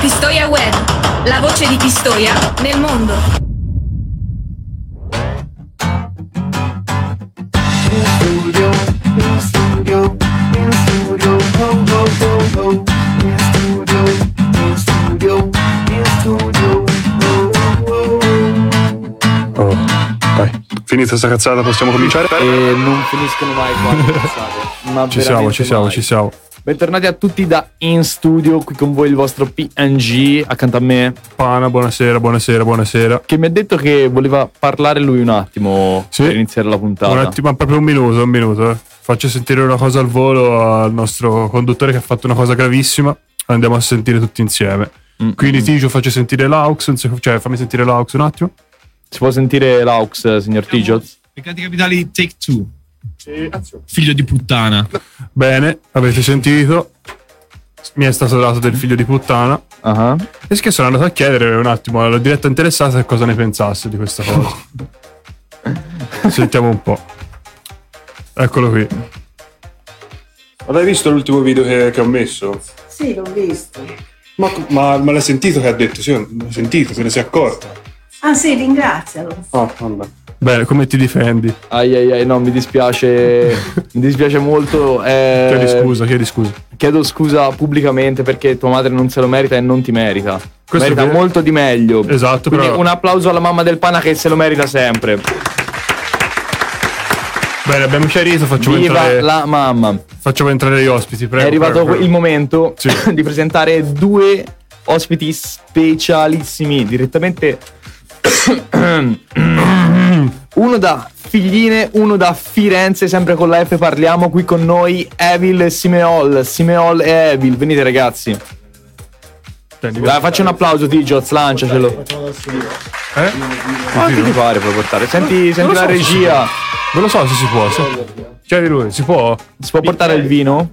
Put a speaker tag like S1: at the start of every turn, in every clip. S1: Pistoia Web, la voce di Pistoia nel mondo.
S2: In studio, in studio, in studio, oh, oh, oh, oh. In studio, in studio, in studio, oh, oh, oh.
S3: Oh, dai. Finita sta cazzata, possiamo cominciare?
S4: E non finiscono mai qua le cazzate, ma
S3: Ci siamo,
S4: veramente
S3: ci siamo,
S4: mai.
S3: ci siamo.
S4: Bentornati a tutti da In Studio, qui con voi il vostro PNG accanto a me,
S3: Pana, buonasera, buonasera, buonasera.
S4: che mi ha detto che voleva parlare lui un attimo
S3: Sì.
S4: per iniziare la puntata.
S3: Un attimo, ma proprio un minuto, un minuto. eh. Faccio sentire una cosa al volo al nostro conduttore che ha fatto una cosa gravissima. Andiamo a sentire tutti insieme.
S4: Mm,
S3: Quindi
S4: mm.
S3: Tigio faccio sentire l'aux, un sec- cioè fammi sentire l'aux un attimo.
S4: Si può sentire l'aux, signor Tigio?
S5: Peccati capitali di Take Two. Figlio di puttana.
S3: Bene, avete sentito. Mi è stato dato del figlio di puttana.
S4: Ah,
S3: E che sono andato a chiedere un attimo alla diretta interessata cosa ne pensasse di questa cosa. Sentiamo un po'. Eccolo qui.
S6: Ma l'hai visto l'ultimo video che, che ho messo?
S7: Sì, l'ho visto.
S6: Ma, ma- ma l'hai sentito che ha detto? Sì, l'ho sentito, se ne sei accorta.
S7: Ah sì, ringrazialo.
S6: Ah, vabbè.
S3: Bene, come ti difendi?
S4: Ai ai ai, no, mi dispiace, mi dispiace molto. eh,
S3: Chiedi Cioè, scusa, chiedi scusa.
S4: Chiedo scusa pubblicamente perché tua madre non se lo merita e non ti merita.
S3: Questo è
S4: merita
S3: vero.
S4: molto di meglio.
S3: Esatto,
S4: Quindi
S3: però-
S4: un applauso alla mamma del pana che se lo merita sempre.
S3: Bene, abbiamo chiarito, facciamo,
S4: Viva
S3: entrare,
S4: la mamma.
S3: facciamo entrare gli ospiti, prego.
S4: è arrivato
S3: prego, prego.
S4: il momento
S3: Sì.
S4: di presentare due ospiti specialissimi direttamente uno da Figline, uno da Firenze, sempre con la F parliamo qui con noi Evil e Simeol, Simeol e Evil, venite ragazzi.
S3: Prendi,
S4: Dai, faccio un applauso Tigios, lanciacelo.
S3: Eh?
S6: Ah,
S4: Quanti ti
S3: Continua.
S4: pare puoi portare? Senti, senti
S3: lo
S4: la
S3: so se si
S4: regia.
S3: Non lo so se si può. se- Chiedi lui, si può?
S4: Si può portare il vino?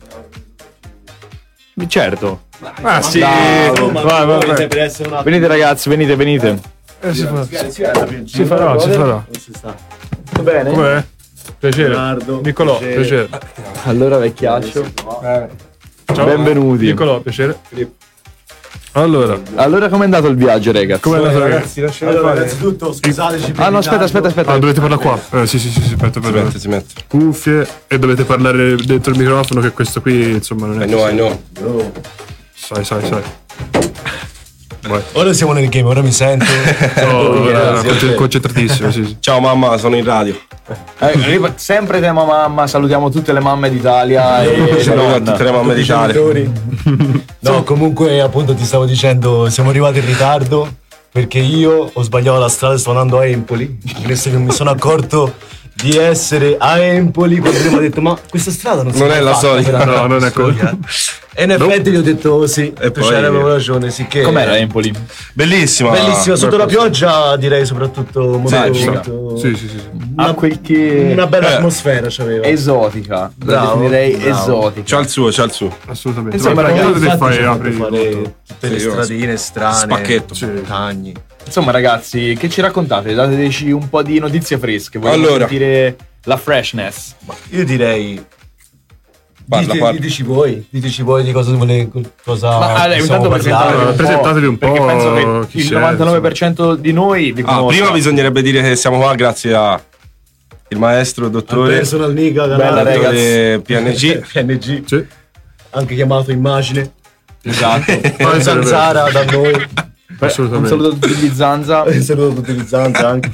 S4: Certo.
S3: Ah sì,
S4: Bravo.
S3: vai, vai, vai.
S4: Venite ragazzi, venite, venite.
S3: Eh, si, fa- si farà, si farà.
S4: Bene.
S3: Com'è? Piacere. Nicolò, piacere.
S4: Allora vecchiaccio.
S3: Eh. Ciao.
S4: Benvenuti.
S3: Nicolò, piacere. Allora,
S4: Allora com'è andato il viaggio, ragazzi?
S3: come è andata la
S8: Allora, innanzitutto scusateci per
S4: Ah no, aspetta,
S8: il ritardo.
S4: aspetta, aspetta.
S3: Ah, dovete parlare qua. Eh, sì, sì, sì, sì, aspetta, aspetta.
S9: si mette.
S3: Cuffie e dovete parlare dentro il microfono che questo qui, insomma, non è...
S9: Eh, No, no.
S3: Sai, sai, sai.
S8: Ora siamo nel game, ora mi sento.
S3: No, era conce- concentratissimo, sì, sì.
S9: Ciao mamma, sono in radio.
S4: Eh, arriva sempre tema mamma, salutiamo tutte le mamme d'Italia e
S9: Ciao a
S4: nonna.
S9: tutte le mamme d'Italia.
S8: No, comunque appunto ti stavo dicendo, siamo arrivati in ritardo perché io ho sbagliato la strada stavo andando a Empoli. Adesso che mi sono accorto di essere a Empoli, poi prima ho detto "Ma questa strada non, si
S9: Non
S8: mai
S9: è la
S8: fatta
S9: solita,
S8: per andare
S3: no,
S8: a
S3: non è
S8: Pistoia". E in effetti gli ho detto "Oh, sì, e
S9: poi-
S8: poi avevo ragione, sì che
S4: Com'era Empoli?
S9: Bellissima.
S8: Bellissima, sotto la pioggia direi soprattutto molto,
S4: giga.
S8: molto-
S3: Sì, sì, sì. sì.
S4: A Ah, quel che
S8: una bella
S9: Eh.
S8: atmosfera c'aveva.
S4: esotica, la
S8: Bravo,
S4: definirei
S8: bravo.
S4: esotica.
S9: C'ha il suo, c'ha il suo.
S3: Assolutamente.
S4: Insomma,
S3: Ma
S4: ragazzi,
S3: cosa devi
S8: Infatti
S3: fare?
S8: ci hanno
S3: Esatto. Apri-
S8: fatto fare tutte le
S9: Sì, io-
S8: stradine strane,
S9: Spacchetto.
S8: sì. montagni.
S4: Insomma ragazzi, che ci raccontate? Dateci un po' di notizie fresche, vogliamo
S9: Allora.
S4: sentire la freshness.
S8: Io direi
S9: Parla,
S8: dite-
S9: parla.
S8: diteci voi, diteci voi di cosa vole- cosa
S4: Ma allora,
S8: possiamo
S4: intanto presentatevi un
S8: parlare.
S4: po',
S3: Presentatevi un po'
S4: perché penso che
S3: chi
S4: il
S3: siete,
S4: 99% di noi vi
S9: Ah,
S4: conosce.
S9: prima bisognerebbe dire che siamo qua grazie a il maestro,
S8: Al
S9: dottore,
S8: personal Niga,
S4: Bella,
S8: Galante,
S9: dottore PNG.
S8: PNG,
S3: Sì.
S8: anche chiamato immagine,
S4: Esatto.
S3: Ah, sì, è
S8: San
S3: vero.
S8: Sara da noi,
S4: Un
S3: Assolutamente.
S4: saluto a tutti gli Zanza.
S8: un saluto utilizzante anche.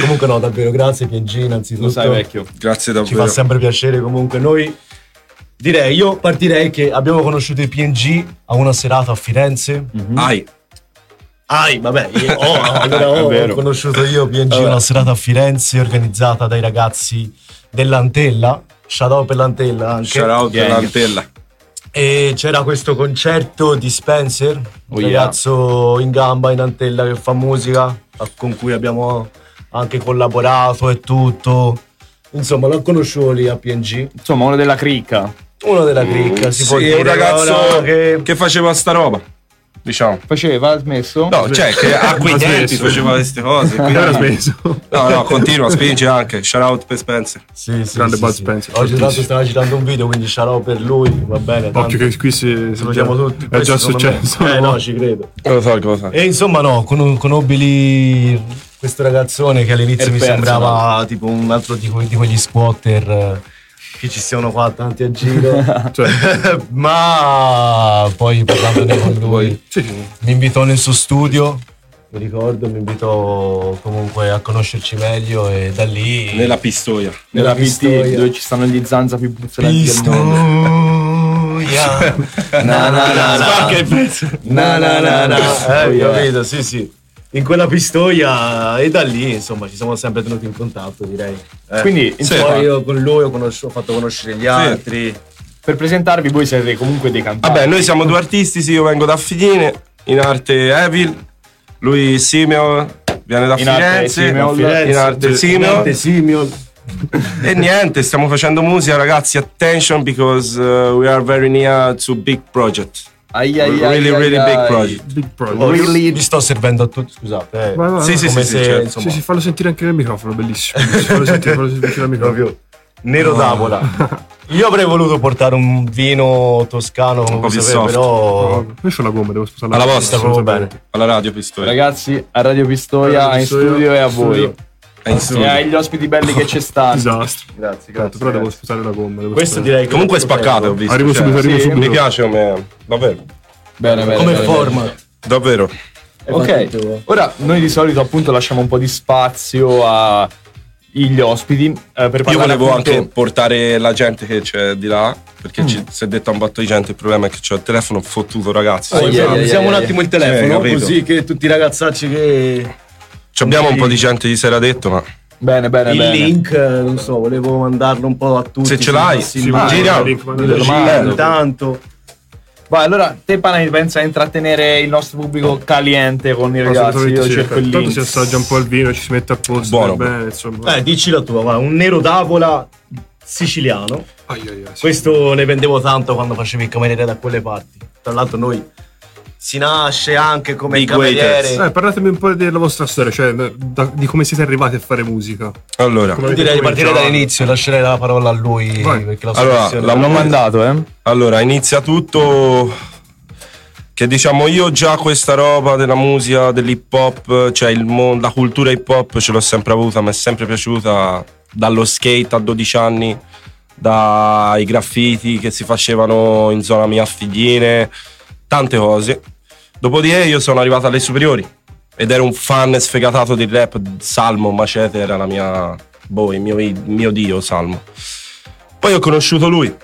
S8: comunque no, davvero grazie PNG innanzitutto.
S4: Lo sai vecchio.
S9: Grazie
S8: Ci fa
S9: davvero.
S8: sempre piacere comunque noi direi io partirei che abbiamo conosciuto i PNG a una serata a Firenze
S4: Mm.
S9: Ai,
S8: Ah, vabbè, io, oh, allora
S4: È
S8: ho
S4: vero.
S8: conosciuto io PNG
S4: Vabbè.
S8: una serata a Firenze organizzata dai ragazzi dell'Antella. Shout out per l'Antella anche.
S9: shout out
S4: Gang.
S9: all'antella.
S8: E c'era questo concerto di Spencer, un
S4: Oh, yeah.
S8: ragazzo in gamba in Antella che fa musica, a- con cui abbiamo anche collaborato e tutto. Insomma, l'ho conosciuto lì a PNG.
S4: Insomma, uno della cricca.
S3: Mm,
S8: Uno della cricca, si può
S9: Sì,
S8: dire
S9: un ragazzo
S8: ora
S9: che... faceva sta roba. diciamo.
S4: Faceva, ha smesso?
S9: No, cioè che a quei
S3: Ha
S9: tempi
S3: smesso.
S9: faceva queste cose.
S3: E ora ha
S9: Quindi...
S3: smesso.
S9: No, no, continua, spinge anche. Shout out per Spencer.
S8: Sì, sì,
S3: Grande
S8: sì,
S3: Bud
S8: sì.
S3: Spencer,
S8: Oggi tanto
S3: fortissimo.
S8: stava girando un video, quindi sarò per lui, va bene.
S3: Occhio
S8: tanto.
S3: che qui si, si
S8: salutiamo
S3: già-
S8: tutti.
S3: È
S8: questo
S3: già
S8: secondo me-
S3: successo.
S8: Eh no, ci credo.
S9: Lo so, lo so.
S8: E insomma no, con- conobbi lì questo ragazzone che all'inizio mi sembrava tipo un altro di, que- di quegli squatter eh, che ci siano qua tanti a giro.
S3: Cioè,
S8: Ma poi parlandone con lui mi invitò nel suo studio, mi ricordo, mi invitò comunque a conoscerci meglio e da lì...
S9: Nella pistoia.
S4: Nella
S8: nella
S4: PT
S8: pistoia.
S4: dove ci stanno gli zanza più puzzolenti del mondo.
S8: Pistoia. na na na na. Na na na na.
S4: Oh,
S8: Eh,
S4: yeah.
S8: capito, sì, sì. In quella pistoia e da lì, insomma, ci siamo sempre tenuti in contatto, direi. Eh.
S4: Quindi,
S8: Sì,
S4: insomma,
S8: poi io con lui ho, conosci- ho fatto conoscere gli altri.
S4: per presentarvi voi siete comunque dei campioni.
S9: Vabbè, noi siamo due artisti, sì, io vengo da Figline, in arte Evil, lui Simeo viene da
S4: In arte
S9: Firenze,
S4: Simeon.
S9: in arte Simeo
S8: Niente, Simeon.
S9: e niente, stiamo facendo musica ragazzi, attention because uh, we are very near to big project.
S4: Ai, ai, ai,
S9: really
S4: ai,
S9: really
S4: ai.
S9: big project.
S3: big problem.
S8: Oh,
S4: Really?
S8: io Mi sto servendo a tutti, scusate. eh.
S3: Vai, vai,
S9: Sì,
S3: vai.
S9: sì,
S8: Come
S9: sì,
S8: se,
S9: sì, certo.
S8: insomma,
S3: Sì, sì, fallo sentire anche nel microfono, bellissimo. Sì, fallo sentire, fallo sentire vicino al microfono.
S8: proprio nero d'avola. Io avrei voluto portare un vino toscano,
S9: Un
S8: come
S9: po' più
S8: sapete,
S9: soft.
S8: però
S3: Oh, Io ho la gomma, devo spostarla.
S9: Alla vostra,
S3: Non so
S8: proprio
S3: bene.
S9: Alla radio pistoia.
S4: Ragazzi, a Radio Pistoia,
S3: Radio
S4: in
S3: Pistoia,
S4: studio e a voi.
S3: studio.
S9: È in studio.
S4: E agli ospiti belli che ci stanno.
S8: Esatto.
S3: Disastro.
S4: Grazie,
S3: Tanto, Esatto, però devo spostare la gomma. devo
S8: questo
S3: spostare.
S8: direi che
S9: Comunque è spaccato, ho visto.
S3: Arrivo
S9: cioè,
S3: subito, arrivo
S4: sì,
S3: subito.
S9: Mi piace come... Davvero.
S4: Bene, bene.
S8: come
S4: bene,
S8: forma.
S9: Davvero.
S4: Ok, ora noi di solito appunto lasciamo un po' di spazio agli ospiti eh, per parlare
S9: Io volevo
S4: appunto-
S9: anche portare la gente che c'è di là,
S4: Mm.
S9: perché ci, si è detto a un botto di gente, il problema è che c'ho il telefono fottuto ragazzi.
S4: Ah,
S9: Sì,
S4: yeah,
S9: sì.
S4: yeah,
S8: Usiamo
S4: yeah,
S8: un
S4: yeah.
S8: attimo il
S9: Eh,
S8: telefono,
S9: capito.
S8: così che tutti i ragazzacci che...
S9: Ci abbiamo un po' di gente di sera detto, ma
S4: Bene, bene,
S8: il
S4: bene.
S8: link, eh, non so, volevo mandarlo un po' a tutti.
S9: Se ce l'hai,
S8: sì,
S3: Sì,
S8: ma-
S3: ma-
S9: giriamo.
S3: link,
S8: Io
S3: mandalo.
S8: lo
S4: Giro.
S8: mando tanto.
S4: Vai, allora te Pana pensa a intrattenere il nostro pubblico caliente con i ragazzi,
S3: Assolutamente
S4: io
S3: sì,
S4: cerco
S3: eh.
S4: il
S3: Tanto
S4: link.
S3: si assaggia un po' il vino, ci si mette a posto.
S9: Buono.
S3: va Bene, insomma.
S8: Eh, dici la tua, va, un nero d'avola siciliano.
S3: Ai, ai, ai, sì.
S8: Questo ne vendevo tanto quando facevi il cameriere da quelle parti. Tra l'altro noi si nasce anche come
S9: Big
S8: cameriere.
S9: waiters.
S3: Eh, parlatemi un po' della vostra storia, cioè da- di come siete arrivati a fare musica.
S9: allora,
S3: Come
S8: Io
S3: avete
S8: direi di partire
S3: cominciato?
S8: dall'inizio e lascerei la parola a lui
S3: Vai.
S8: perché la
S9: Allora,
S8: soluzione
S9: la-
S4: L'hanno mandato, eh?
S9: allora, inizia tutto che diciamo io già questa roba della musica, dell'hip hop, cioè il mon- la cultura hip hop ce l'ho sempre avuta, mi è sempre piaciuta dallo skate a 12 anni, dai graffiti che si facevano in zona mia a Figline, tante cose. Dopodiché io sono arrivato alle superiori ed ero un fan sfegatato di rap, Salmo Macete era la mia, boh, il mio, il mio dio Salmo. Poi ho conosciuto lui.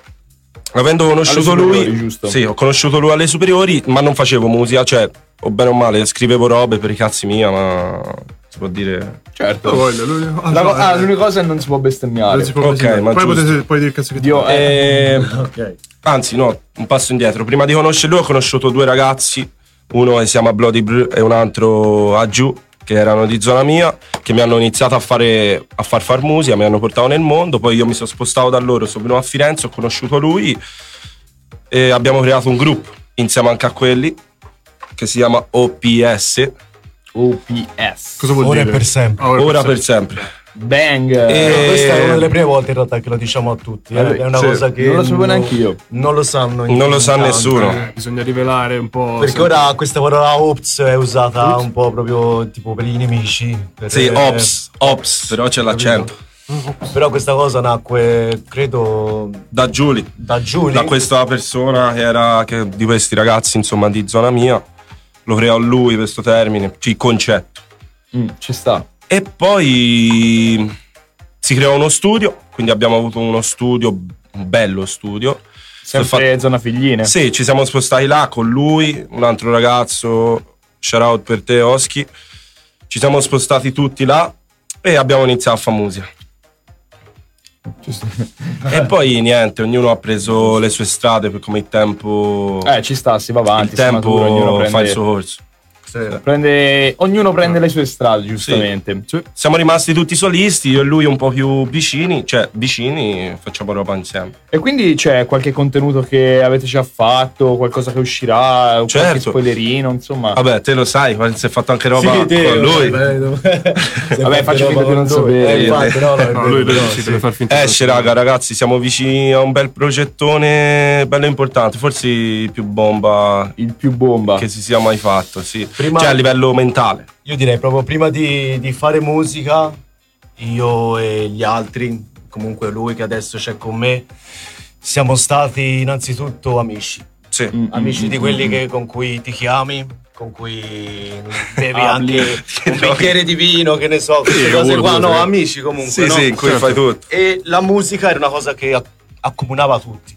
S9: Avendo conosciuto
S4: superiori,
S9: lui,
S4: giusto?
S9: sì, ho conosciuto lui alle superiori, ma non facevo musica, cioè, o bene o male, scrivevo robe per i cazzi mia, ma si può dire.
S3: Io
S4: Certo.
S3: voglio, lui- ah,
S4: La
S3: no,
S4: co- ah,
S3: eh,
S4: l'unica cosa è non si può
S3: non
S4: bestemmiare.
S3: si può
S9: Ok,
S3: così.
S9: ma
S3: Poi
S9: giusto.
S3: potete puoi dire il cazzo che ti
S4: Dio, eh,
S9: Eh,
S8: Ok.
S9: Anzi, no, un passo indietro. Prima di conoscere lui ho conosciuto due ragazzi, uno che si chiama Bloody Brew e un altro a giù, che erano di zona mia, che mi hanno iniziato a, fare, a far far musica, mi hanno portato nel mondo, poi io mi sono spostato da loro, sono venuto a Firenze, ho conosciuto lui e abbiamo creato un gruppo insieme anche a quelli che si chiama OPS,
S4: OPS.
S3: cosa vuol
S8: Ora
S3: dire?
S8: e per sempre. Eh,
S3: Ah,
S9: ora per sempre.
S4: Bang.
S9: E-
S8: Questa è una delle prime volte in realtà che lo diciamo a tutti. eh.
S4: Vabbè,
S8: È una
S9: sì.
S8: cosa che.
S4: Non lo sapevo neanche io.
S8: Non lo sanno. in-
S9: Non lo sa
S8: in tanti.
S9: nessuno.
S3: Eh, bisogna rivelare un po'.
S8: Perché
S3: se-
S8: ora questa parola ops è usata
S3: Ops.
S8: un po' proprio tipo per i nemici. per- eh,
S9: Sì, Ops, Ops, Eh, però c'è l'accento.
S8: Però questa cosa nacque, credo,
S9: Da Giulia.
S8: da Giulio.
S9: da questa persona che era che- di questi ragazzi insomma di zona mia lo creò lui questo termine cioè il concetto
S4: Mm, ci sta.
S9: e poi si creò uno studio quindi abbiamo avuto uno studio un bello studio
S4: Sempre zona figline.
S9: sì ci siamo spostati là con lui un altro ragazzo shout out per te Oschi ci siamo spostati tutti là e abbiamo iniziato a fare musica e poi niente ognuno ha preso le sue strade per come il tempo
S4: Eh, ci sta, si va avanti.
S9: il
S4: si matura, ognuno
S9: tempo
S4: prende-
S9: fa il suo corso.
S4: Prende- ognuno prende le sue strade, giustamente.
S9: Siamo rimasti tutti solisti, io e lui un po' più vicini, cioè vicini, facciamo roba insieme.
S4: E quindi c'è qualche contenuto che avete già fatto, qualcosa che uscirà, qualche
S9: Certo.
S4: spoilerino, insomma.
S9: Vabbè, te lo sai, ma si è fatto anche roba
S8: Sì, te,
S9: con lui.
S8: vabbè,
S4: Vabbè, faccio finta di non sapere.
S8: Eh, infatti, no, no,
S3: No, lui
S8: no,
S3: deve-
S8: sì.
S3: si deve far finta.
S9: Esce, Eh, raga, ragazzi, siamo vicini a un bel progettone bello importante, forse il più bomba
S4: Il più bomba.
S9: che si sia mai fatto, sì.
S8: Prima-
S9: Cioè a livello mentale.
S8: Io direi proprio prima di, di fare musica, io e gli altri, comunque lui che adesso c'è con me, siamo stati innanzitutto amici.
S9: Sì.
S4: Mm,
S8: Amici
S4: mm,
S8: di
S4: mm,
S8: quelli
S4: mm.
S8: che- con cui ti chiami, con cui bevi
S4: Parli.
S8: anche un bicchiere di vino, che ne so, queste
S3: Sì,
S8: cose
S3: uno,
S8: qua,
S3: due,
S8: no,
S3: tre.
S8: amici comunque.
S9: Sì,
S8: no? Cioè,
S9: sì, in cui
S3: Certo.
S9: fai tutto.
S8: E la musica era una cosa che ac- accomunava tutti.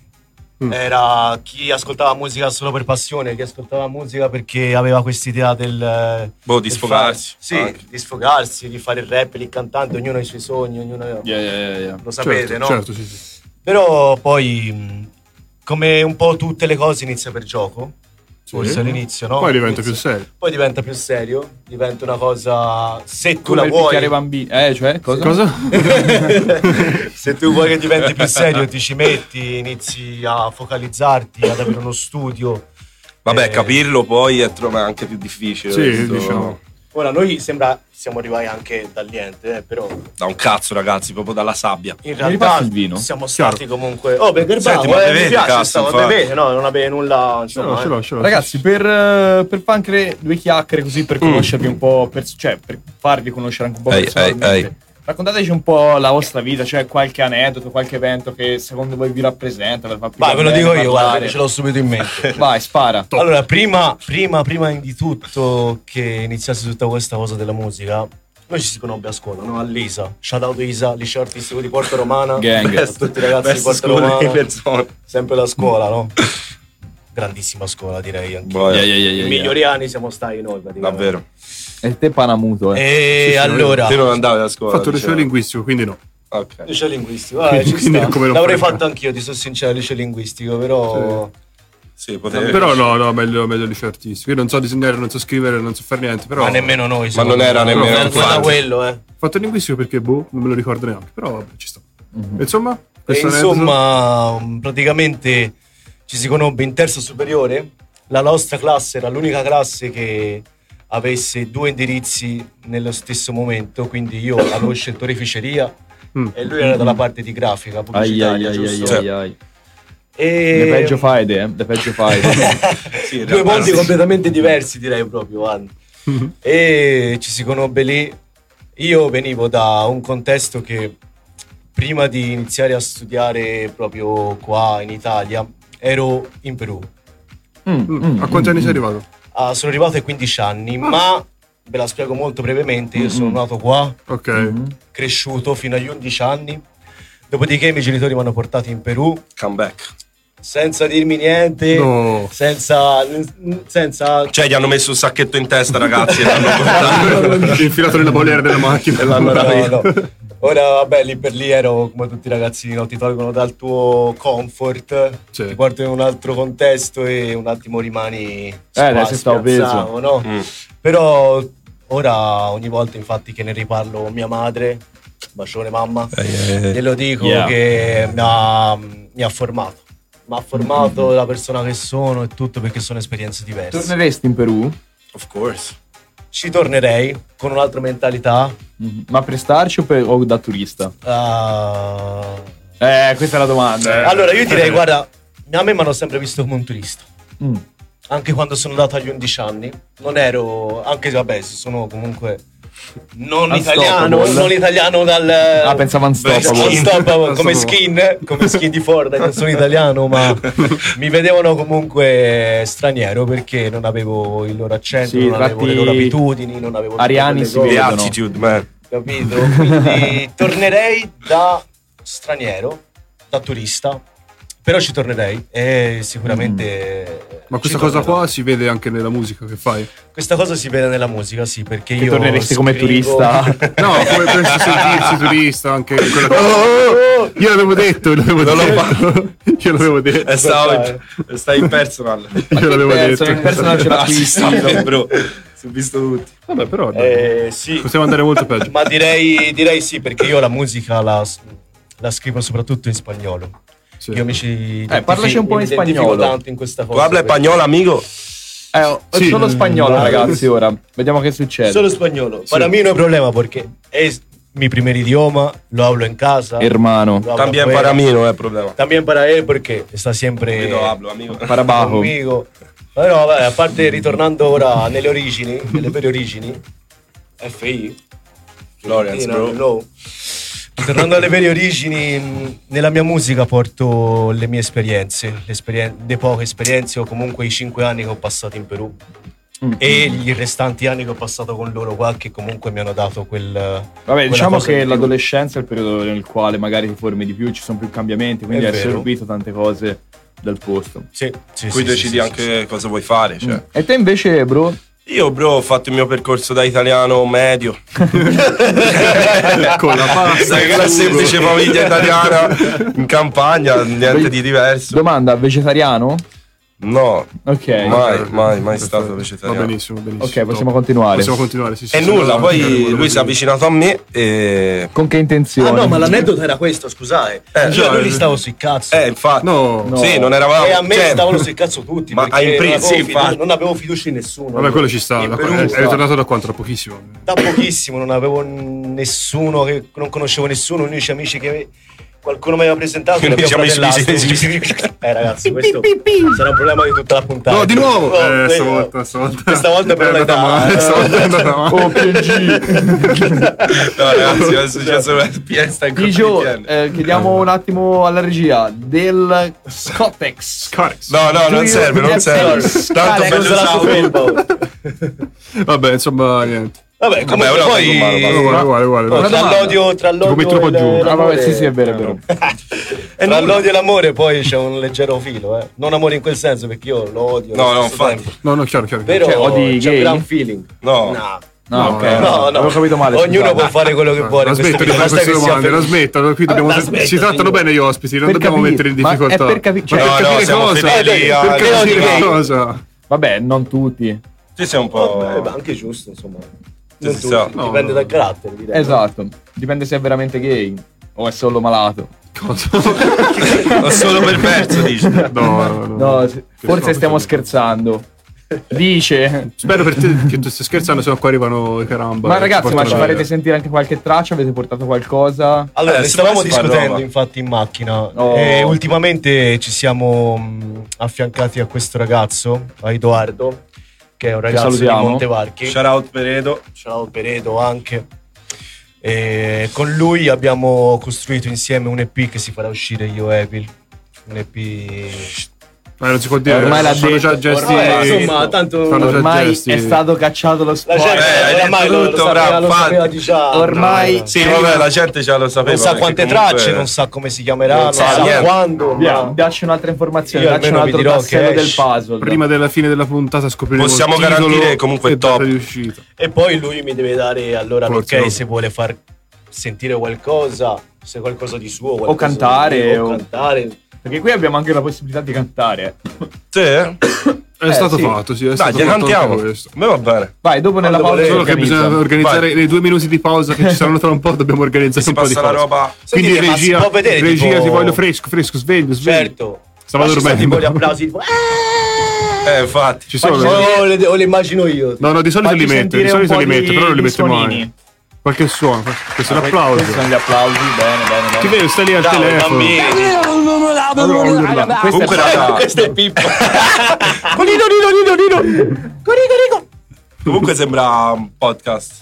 S3: Mm.
S8: Era chi ascoltava musica solo per passione, chi ascoltava musica perché aveva quest'idea del...
S9: Boh, di
S8: del
S9: sfogarsi.
S8: fare-
S3: Ah,
S8: sì,
S9: anche.
S8: di sfogarsi, di fare il rap, il cantante, ognuno ha i suoi sogni, ognuno...
S4: Yeah, yeah, yeah, yeah.
S8: Lo sapete, no?
S3: Certo, sì, sì.
S8: Però poi, mh, come un po' tutte le cose, inizia per gioco. Forse all'inizio, no?
S3: Poi diventa
S8: Inizia-
S3: più serio.
S8: Poi diventa più serio, diventa una cosa... Se tu
S4: Come
S8: la
S4: il
S8: vuoi...
S4: bicchiere bambino. Eh, cioè, cosa?
S3: Cosa?
S8: se tu vuoi che diventi più serio ti ci metti, inizi a focalizzarti, ad avere uno studio.
S9: Vabbè,
S8: Eh,
S9: capirlo poi è tro- è anche più difficile.
S3: Sì,
S9: questo-
S3: diciamo.
S8: Ora noi sembra siamo arrivati anche dal niente, eh, però
S9: Da un cazzo, ragazzi, proprio dalla sabbia.
S8: in
S4: ripassi
S8: realtà
S4: il vino?
S8: siamo stati comunque... Oh, Beggar
S9: Senti,
S8: Bravo,
S9: ma
S8: eh,
S9: bevete,
S8: mi piace,
S9: cazzo,
S8: stavo
S9: infatti.
S8: bevete, no, non avevi nulla,
S3: Ce l'ho,
S8: insomma.
S3: ce
S8: eh.
S3: l'ho, ce l'ho.
S4: Ragazzi, per, eh, per pancre due chiacchiere così per
S8: Mm.
S4: conoscervi un po', per, cioè per farvi conoscere anche un po'
S9: Ehi,
S4: personalmente.
S9: ehi, ehi.
S4: Raccontateci un po' la vostra vita, cioè qualche aneddoto, qualche evento che secondo voi vi rappresenta. Per farvi
S8: Vai, ve lo
S4: bene,
S8: dico io, guarda,
S4: parlare.
S8: che ce l'ho subito in mente.
S4: Vai, spara.
S8: Allora, prima, prima, prima di tutto che iniziasse tutta questa cosa della musica, noi ci si conobbe a scuola, no? A Lisa, shout out Lisa, liceo artistico di Porto Romana.
S4: Gang.
S8: Best, tutti i ragazzi di
S9: Best
S8: Porto
S9: scuola di
S8: Romana.
S9: persone.
S8: Sempre la scuola, no? Grandissima scuola, direi. Anche.
S9: Boia,
S8: I migliori anni siamo stati noi, praticamente.
S9: Boh, Davvero.
S4: E te panamuto, eh.
S8: E
S3: Sì, sì,
S8: allora,
S9: Te non andavi a
S3: ho
S9: scuola.
S3: fatto il liceo
S9: diciamo.
S8: cioè.
S3: linguistico, quindi no.
S9: Ok.
S8: liceo linguistico, eh, ci
S3: Quindi
S8: sta.
S3: come non
S8: L'avrei
S3: fare-
S8: fatto anch'io, ti sono sincero, liceo linguistico, però...
S9: Sì, potevi.
S3: Però no, no, meglio, meglio il liceo artistico. Io non so disegnare, non so scrivere, non so fare niente. Però
S8: Ma nemmeno noi.
S9: Ma non era nemmeno
S8: era
S9: infatti.
S8: quello, eh.
S3: Ho fatto il linguistico perché, boh, non me lo ricordo neanche. Però vabbè, ci sto.
S4: Mm-hmm.
S3: Insomma,
S8: E
S3: questo aneddoto-
S8: insomma, mm, praticamente ci si conobbe in terza superiore. La nostra classe era l'unica classe che avesse due indirizzi nello stesso momento, quindi io avevo scelto reficeria
S3: Mm.
S8: e lui era dalla parte di grafica pubblicitaria, giusto? Cioè,
S4: Le
S8: E
S4: peggio faide, eh. Le peggio faide.
S9: Sì, in
S8: due
S9: realtà
S8: mondi
S9: sì.
S8: completamente diversi, direi proprio. guarda.
S3: Mm.
S8: e ci si conobbe lì. Io venivo da un contesto che prima di iniziare a studiare proprio qua in Italia ero in Perù.
S3: Mm, A quanti anni sei arrivato?
S8: Ah, sono arrivato ai 15 anni, ma ve la spiego molto brevemente. Io sono nato qua,
S3: Ok.
S4: Mm-hmm.
S8: Mm. cresciuto fino agli 11 anni. Dopodiché i miei genitori mi hanno portato in Perù
S9: Come back.
S8: senza dirmi niente,
S3: No.
S8: Eh, senza, senza
S9: Cioè, gli hanno messo un sacchetto in testa, ragazzi. e l'hanno portato.
S3: Infilato nella bollera della macchina.
S8: No, no. Ora, vabbè, lì per lì ero come tutti i ragazzini, no? ti tolgono dal tuo comfort,
S3: Sì.
S8: ti portano in un altro contesto e un attimo rimani
S4: dai, sei stato peso.
S8: spiazzato, no?
S9: Mm.
S8: Però ora ogni volta infatti che ne riparlo con mia madre, bacione mamma,
S3: Eh,
S8: glielo dico
S4: Yeah.
S8: che mi ha, mi ha formato. Mi ha formato la persona che sono e tutto perché sono esperienze diverse
S4: Torneresti in Perù?
S9: Of course.
S8: ci tornerei con un'altra mentalità.
S4: Mm-hmm. Ma per starci o, per- o da turista?
S8: ah,
S4: Eh, questa è la domanda. eh.
S8: Allora, io direi, guarda, a me mi hanno sempre visto come un turista.
S4: Mm.
S8: Anche quando sono andato agli 11 anni, non ero. Anche se, vabbè, sono comunque. Non
S4: A
S8: italiano,
S4: Stoccolma.
S8: non italiano dal.
S4: Ah, pensavo a
S8: Beh,
S4: Unstoppable.
S8: non Stop, come
S3: Unstoppable.
S8: skin, come skin di Ford, non sono italiano, ma mi vedevano comunque straniero perché non avevo il loro accento,
S4: Sì,
S8: non avevo le
S4: infatti,
S8: loro abitudini, non avevo tutte
S4: ariani
S8: quelle
S4: si
S8: cose
S9: The
S4: vedono.
S9: attitude, man.
S8: capito? Quindi tornerei da straniero, da turista, però ci tornerei e sicuramente...
S3: Mm. Ma
S8: ci
S3: questa cosa
S8: tornerò.
S3: qua si vede anche nella musica che fai.
S8: Questa cosa si vede nella musica, sì, perché
S4: Che
S8: io...
S4: torneresti come
S8: scrivo-
S4: turista?
S3: No, come penso sentirsi turista anche quella Io l'avevo detto, l'avevo
S9: Non l'ho
S3: detto. Io l'avevo detto.
S9: Eh, Stavo in, stai in personal.
S3: Io l'avevo
S4: Perso,
S3: detto.
S4: il personaggio l'ha
S9: Ah, sì,
S4: acquisito.
S9: sì, bro. Si ho visto tutti.
S3: Vabbè, però dai,
S8: Eh, sì.
S3: possiamo andare molto peggio.
S8: Ma direi, direi sì, perché io la musica la, la scrivo soprattutto in spagnolo.
S3: Sì.
S8: Io mi ci.
S4: Eh, parlaci un po'
S8: mi
S4: in
S8: identifico
S4: spagnolo.
S8: tanto in questa
S9: Tu
S8: cosa.
S9: habla
S8: perché-
S9: spagnolo, amico?
S4: Eh, oh, è
S3: Sì.
S4: solo spagnolo,
S8: Mm,
S4: ragazzi, ora. Vediamo che succede.
S8: Solo spagnolo. Para mí no hay problema porque es mi primer idioma, lo hablo en casa.
S4: Hermano.
S8: lo hablo
S9: También
S8: afuera.
S9: para mí no è eh, problema.
S8: También para él porque está siempre
S9: Io lo hablo, amico.
S4: Para abajo.
S8: conmigo. Però vabbè, a parte ritornando ora nelle origini, nelle vere origini, FI,
S9: Florence,
S8: Argentina,
S9: bro.
S8: hello. Tornando alle vere origini, mh, nella mia musica porto le mie esperienze, le, esperien- le poche esperienze o comunque i cinque anni che ho passato in Perù
S4: Mm.
S8: e gli restanti anni che ho passato con loro qua che comunque mi hanno dato quel...
S4: Vabbè,
S8: quella
S4: diciamo
S8: cosa
S4: che
S8: in più.
S4: l'adolescenza è il periodo nel quale magari ti formi di più, ci sono più cambiamenti, quindi
S8: È
S4: hai
S8: vero.
S4: assorbito tante cose dal posto. Mm.
S8: Sì, sì,
S9: Qui
S8: sì,
S9: decidi
S8: sì, sì,
S9: anche cosa vuoi fare. Cioè.
S4: E te invece, bro?
S9: Io, bro, ho fatto il mio percorso da italiano medio.
S3: Con la pasta.
S9: Sai che una semplice famiglia italiana in campagna, niente di diverso.
S4: Domanda, vegetariano?
S9: No,
S4: Ok.
S9: mai, mai, mai
S3: Perfetto.
S9: stato
S3: Va
S9: vegetariano.
S3: benissimo, benissimo.
S4: Ok, possiamo
S3: Top.
S4: continuare.
S3: Possiamo continuare, sì, sì,
S9: E
S3: sì,
S9: nulla,
S3: sì, sì,
S9: poi
S3: sì,
S9: lui si è avvicinato a me e...
S4: Con che
S8: sì.
S4: intenzione?
S8: Ah no, ma l'aneddoto era questo, scusate.
S9: Eh,
S8: Io
S9: no,
S8: a lui
S9: eh,
S8: gli stavo sui cazzo.
S9: Eh, infatti...
S3: No,
S4: No.
S9: Sì, non eravamo...
S8: E a me
S9: cioè,
S8: stavano sul cazzo tutti.
S9: Ma
S8: perché
S9: in
S8: non
S9: prin-
S8: avevo
S9: sì,
S8: fiducia-
S9: infatti.
S8: non avevo fiducia in nessuno.
S3: vabbè, eh, quello ci sta.
S8: In
S3: da-
S8: Perù,
S3: È
S8: sta.
S3: è ritornato da quanto? Da pochissimo.
S8: da pochissimo, non avevo nessuno, che, non conoscevo nessuno, gli unici amici che qualcuno mi aveva presentato.
S9: Gli
S8: era mio
S9: unici amici,
S8: fratellastro.
S9: sì, sì, sì.
S8: Eh ragazzi, questo sarà un problema di tutta la puntata.
S3: No, di nuovo!
S8: Oh,
S3: Eh,
S8: eh,
S3: stavolta, stavolta.
S8: Questa volta
S3: è
S8: per
S3: andata
S8: l'età.
S9: Eh.
S3: male. Stavolta è andata male.
S4: Oh, PNG.
S9: No, ragazzi, è successo una fiesta in
S4: Digio,
S9: Cortigiano.
S4: eh, chiediamo un attimo alla regia del Scotex.
S3: Scarix.
S9: No, no, non
S4: Io-
S9: serve, non
S4: Io-
S9: serve.
S4: Alex,
S9: Tanto
S8: Alex,
S9: bello
S8: usa la
S9: ciao.
S8: sua colpa.
S3: Vabbè, insomma, niente.
S8: Vabbè, come
S9: ora
S8: poi...
S9: tengo
S8: oh,
S9: male, vado.
S3: Uguale, uguale, uguale.
S8: tra
S4: Una domanda.
S8: l'odio, tra
S3: Come
S8: l'odio
S3: troppo
S8: e
S3: giù.
S8: l-
S4: Ah, vabbè,
S8: l'amore-
S4: sì, sì, è vero, è vero.
S8: Tra l'odio e l'amore poi c'è un leggero filo, eh. Non amore in quel senso, perché io lo odio.
S9: No,
S8: allo
S9: no,
S8: stesso
S9: infatti.
S8: tempo.
S3: No, no, chiaro, chiaro.
S8: Però
S4: Cioè, odi
S8: c'è
S4: gay?
S8: un gran feeling.
S9: No.
S4: No, ok.
S8: No, no.
S4: Avevo capito male.
S8: Ognuno
S4: scusate. Ah,
S8: può fare quello che vuole.
S3: La
S8: in questo
S3: smetto di fare
S8: video,
S3: queste
S8: basta che
S3: domande, Ah,
S8: sia
S3: la
S8: felice.
S3: smetto. Qui dobbiamo-
S8: la smetto,
S3: si trattano
S8: signore.
S3: bene gli ospiti, non
S4: Per
S3: dobbiamo
S4: capire,
S3: mettere in
S4: ma è
S3: difficoltà.
S4: per capi- cioè-
S3: Ma
S9: No,
S3: per
S9: no,
S3: capire
S9: siamo
S3: cosa?
S9: fedeli
S3: Per
S9: a-
S3: capire
S8: però di-
S3: cosa?
S4: Vabbè, non tutti.
S9: Sì, sei un
S8: Vabbè, Oh, ma
S9: po'...
S8: anche giusto, insomma.
S9: Sì,
S8: Non
S9: sì,
S8: tutti,
S9: sì,
S3: no.
S8: dipende dal carattere, direi.
S4: Esatto. Dipende se è veramente gay o è solo malato.
S9: Ho solo perverso, dici.
S3: No, no, no.
S4: No, se- forse
S3: Pensavo
S4: stiamo
S3: così.
S4: scherzando. Dice.
S3: Spero per te che tu stia scherzando, se no qua arrivano i caramba. eh,
S4: Ma ragazzi, ma ci
S3: Portano-
S4: farete sentire anche qualche traccia? Avete portato qualcosa?
S8: Allora,
S9: Eh,
S8: ne
S9: se
S8: stavamo
S9: dovessi fare
S8: discutendo
S9: roba.
S8: infatti in macchina
S4: Oh.
S8: e ultimamente ci siamo mh, affiancati a questo ragazzo, a Edoardo, che è un ragazzo di
S4: salutiamo.
S8: Montevarchi.
S9: Shout out Peredo.
S8: Ciao Peredo anche. E con lui abbiamo costruito insieme un EP che si farà uscire io e Evil. Un EP
S3: Ma non si può dire,
S4: Ormai l'ha
S3: fanno già
S4: detto,
S3: gesti.
S8: Vabbè,
S9: sì.
S8: insomma, tanto
S3: Fanno già
S4: Ormai
S3: gesti.
S4: è stato cacciato lo
S8: la gente
S4: spoiler.
S9: hai
S8: oramai
S9: detto
S8: lo,
S9: tutto,
S8: lo sapeva,
S9: bravo,
S8: lo sapeva
S9: fatti.
S8: già.
S4: Ormai-
S9: Sì, vabbè, la gente già lo sapeva.
S8: non sa
S9: perché
S8: quante
S9: comunque-
S8: tracce, non sa come si chiamerà,
S9: non
S8: non
S9: sa
S8: sa,
S9: niente.
S8: quando.
S4: Via,
S8: ma-
S4: dacci un'altra informazione,
S8: Io
S4: dacci un
S8: almeno vi
S4: altro
S8: dirò
S4: tassello
S8: che
S4: del
S8: esce.
S4: puzzle.
S3: Prima della fine della puntata scopriremo
S9: Possiamo
S3: il titolo
S9: garantire comunque
S3: e data
S9: top.
S3: di uscita.
S8: E poi lui mi deve dare allora
S3: Forse
S8: l'ok
S3: no.
S8: se vuole far sentire qualcosa, se qualcosa di suo.
S4: o
S8: qualcosa di
S4: cantare,
S8: mio, o
S4: o-
S8: cantare.
S4: Perché qui abbiamo anche la possibilità di cantare.
S9: Sì, eh?
S3: È stato
S4: sì.
S3: fatto, sì, è
S9: Dai,
S3: stato
S9: gli
S3: fatto anche
S9: cantiamo.
S3: questo.
S9: Beh, va bene.
S4: Vai, dopo nella pausa.
S8: volete.
S3: Solo che
S4: Eh, organizza.
S3: bisogna organizzare
S9: Vai.
S3: le due minuti di pausa che ci saranno tra un po', dobbiamo organizzare
S9: Si
S3: un po' di
S9: passa la
S3: cose.
S9: roba...
S3: Quindi
S8: Sentite, ma si
S3: regia,
S8: può vedere,
S3: regia
S8: tipo-
S3: ti voglio fresco, fresco, sveglio, sveglio.
S8: Certo.
S3: Stava
S8: Ma ci sono
S3: dormendo.
S8: tipo gli applausi. tipo, "Eh!"
S9: Eh, infatti.
S3: Ci sono.
S8: O le- o le immagino io.
S3: No, no, di solito
S4: Facci
S3: li metto,
S4: sentire
S3: di solito
S4: un
S3: li
S4: po'
S3: metto,
S4: di-
S3: però non li
S4: di
S3: metto mai.
S4: suonini.
S3: Qualche suono, questo è un applauso.
S4: Questi sono gli applausi, bene, bene, bene.
S3: Ti vedo, stai lì al
S8: Ciao,
S3: telefono.
S8: bambini.
S4: Questa
S9: Comunque,
S4: è
S9: raga,
S8: Questo è Pippo.
S9: comunque sembra un podcast.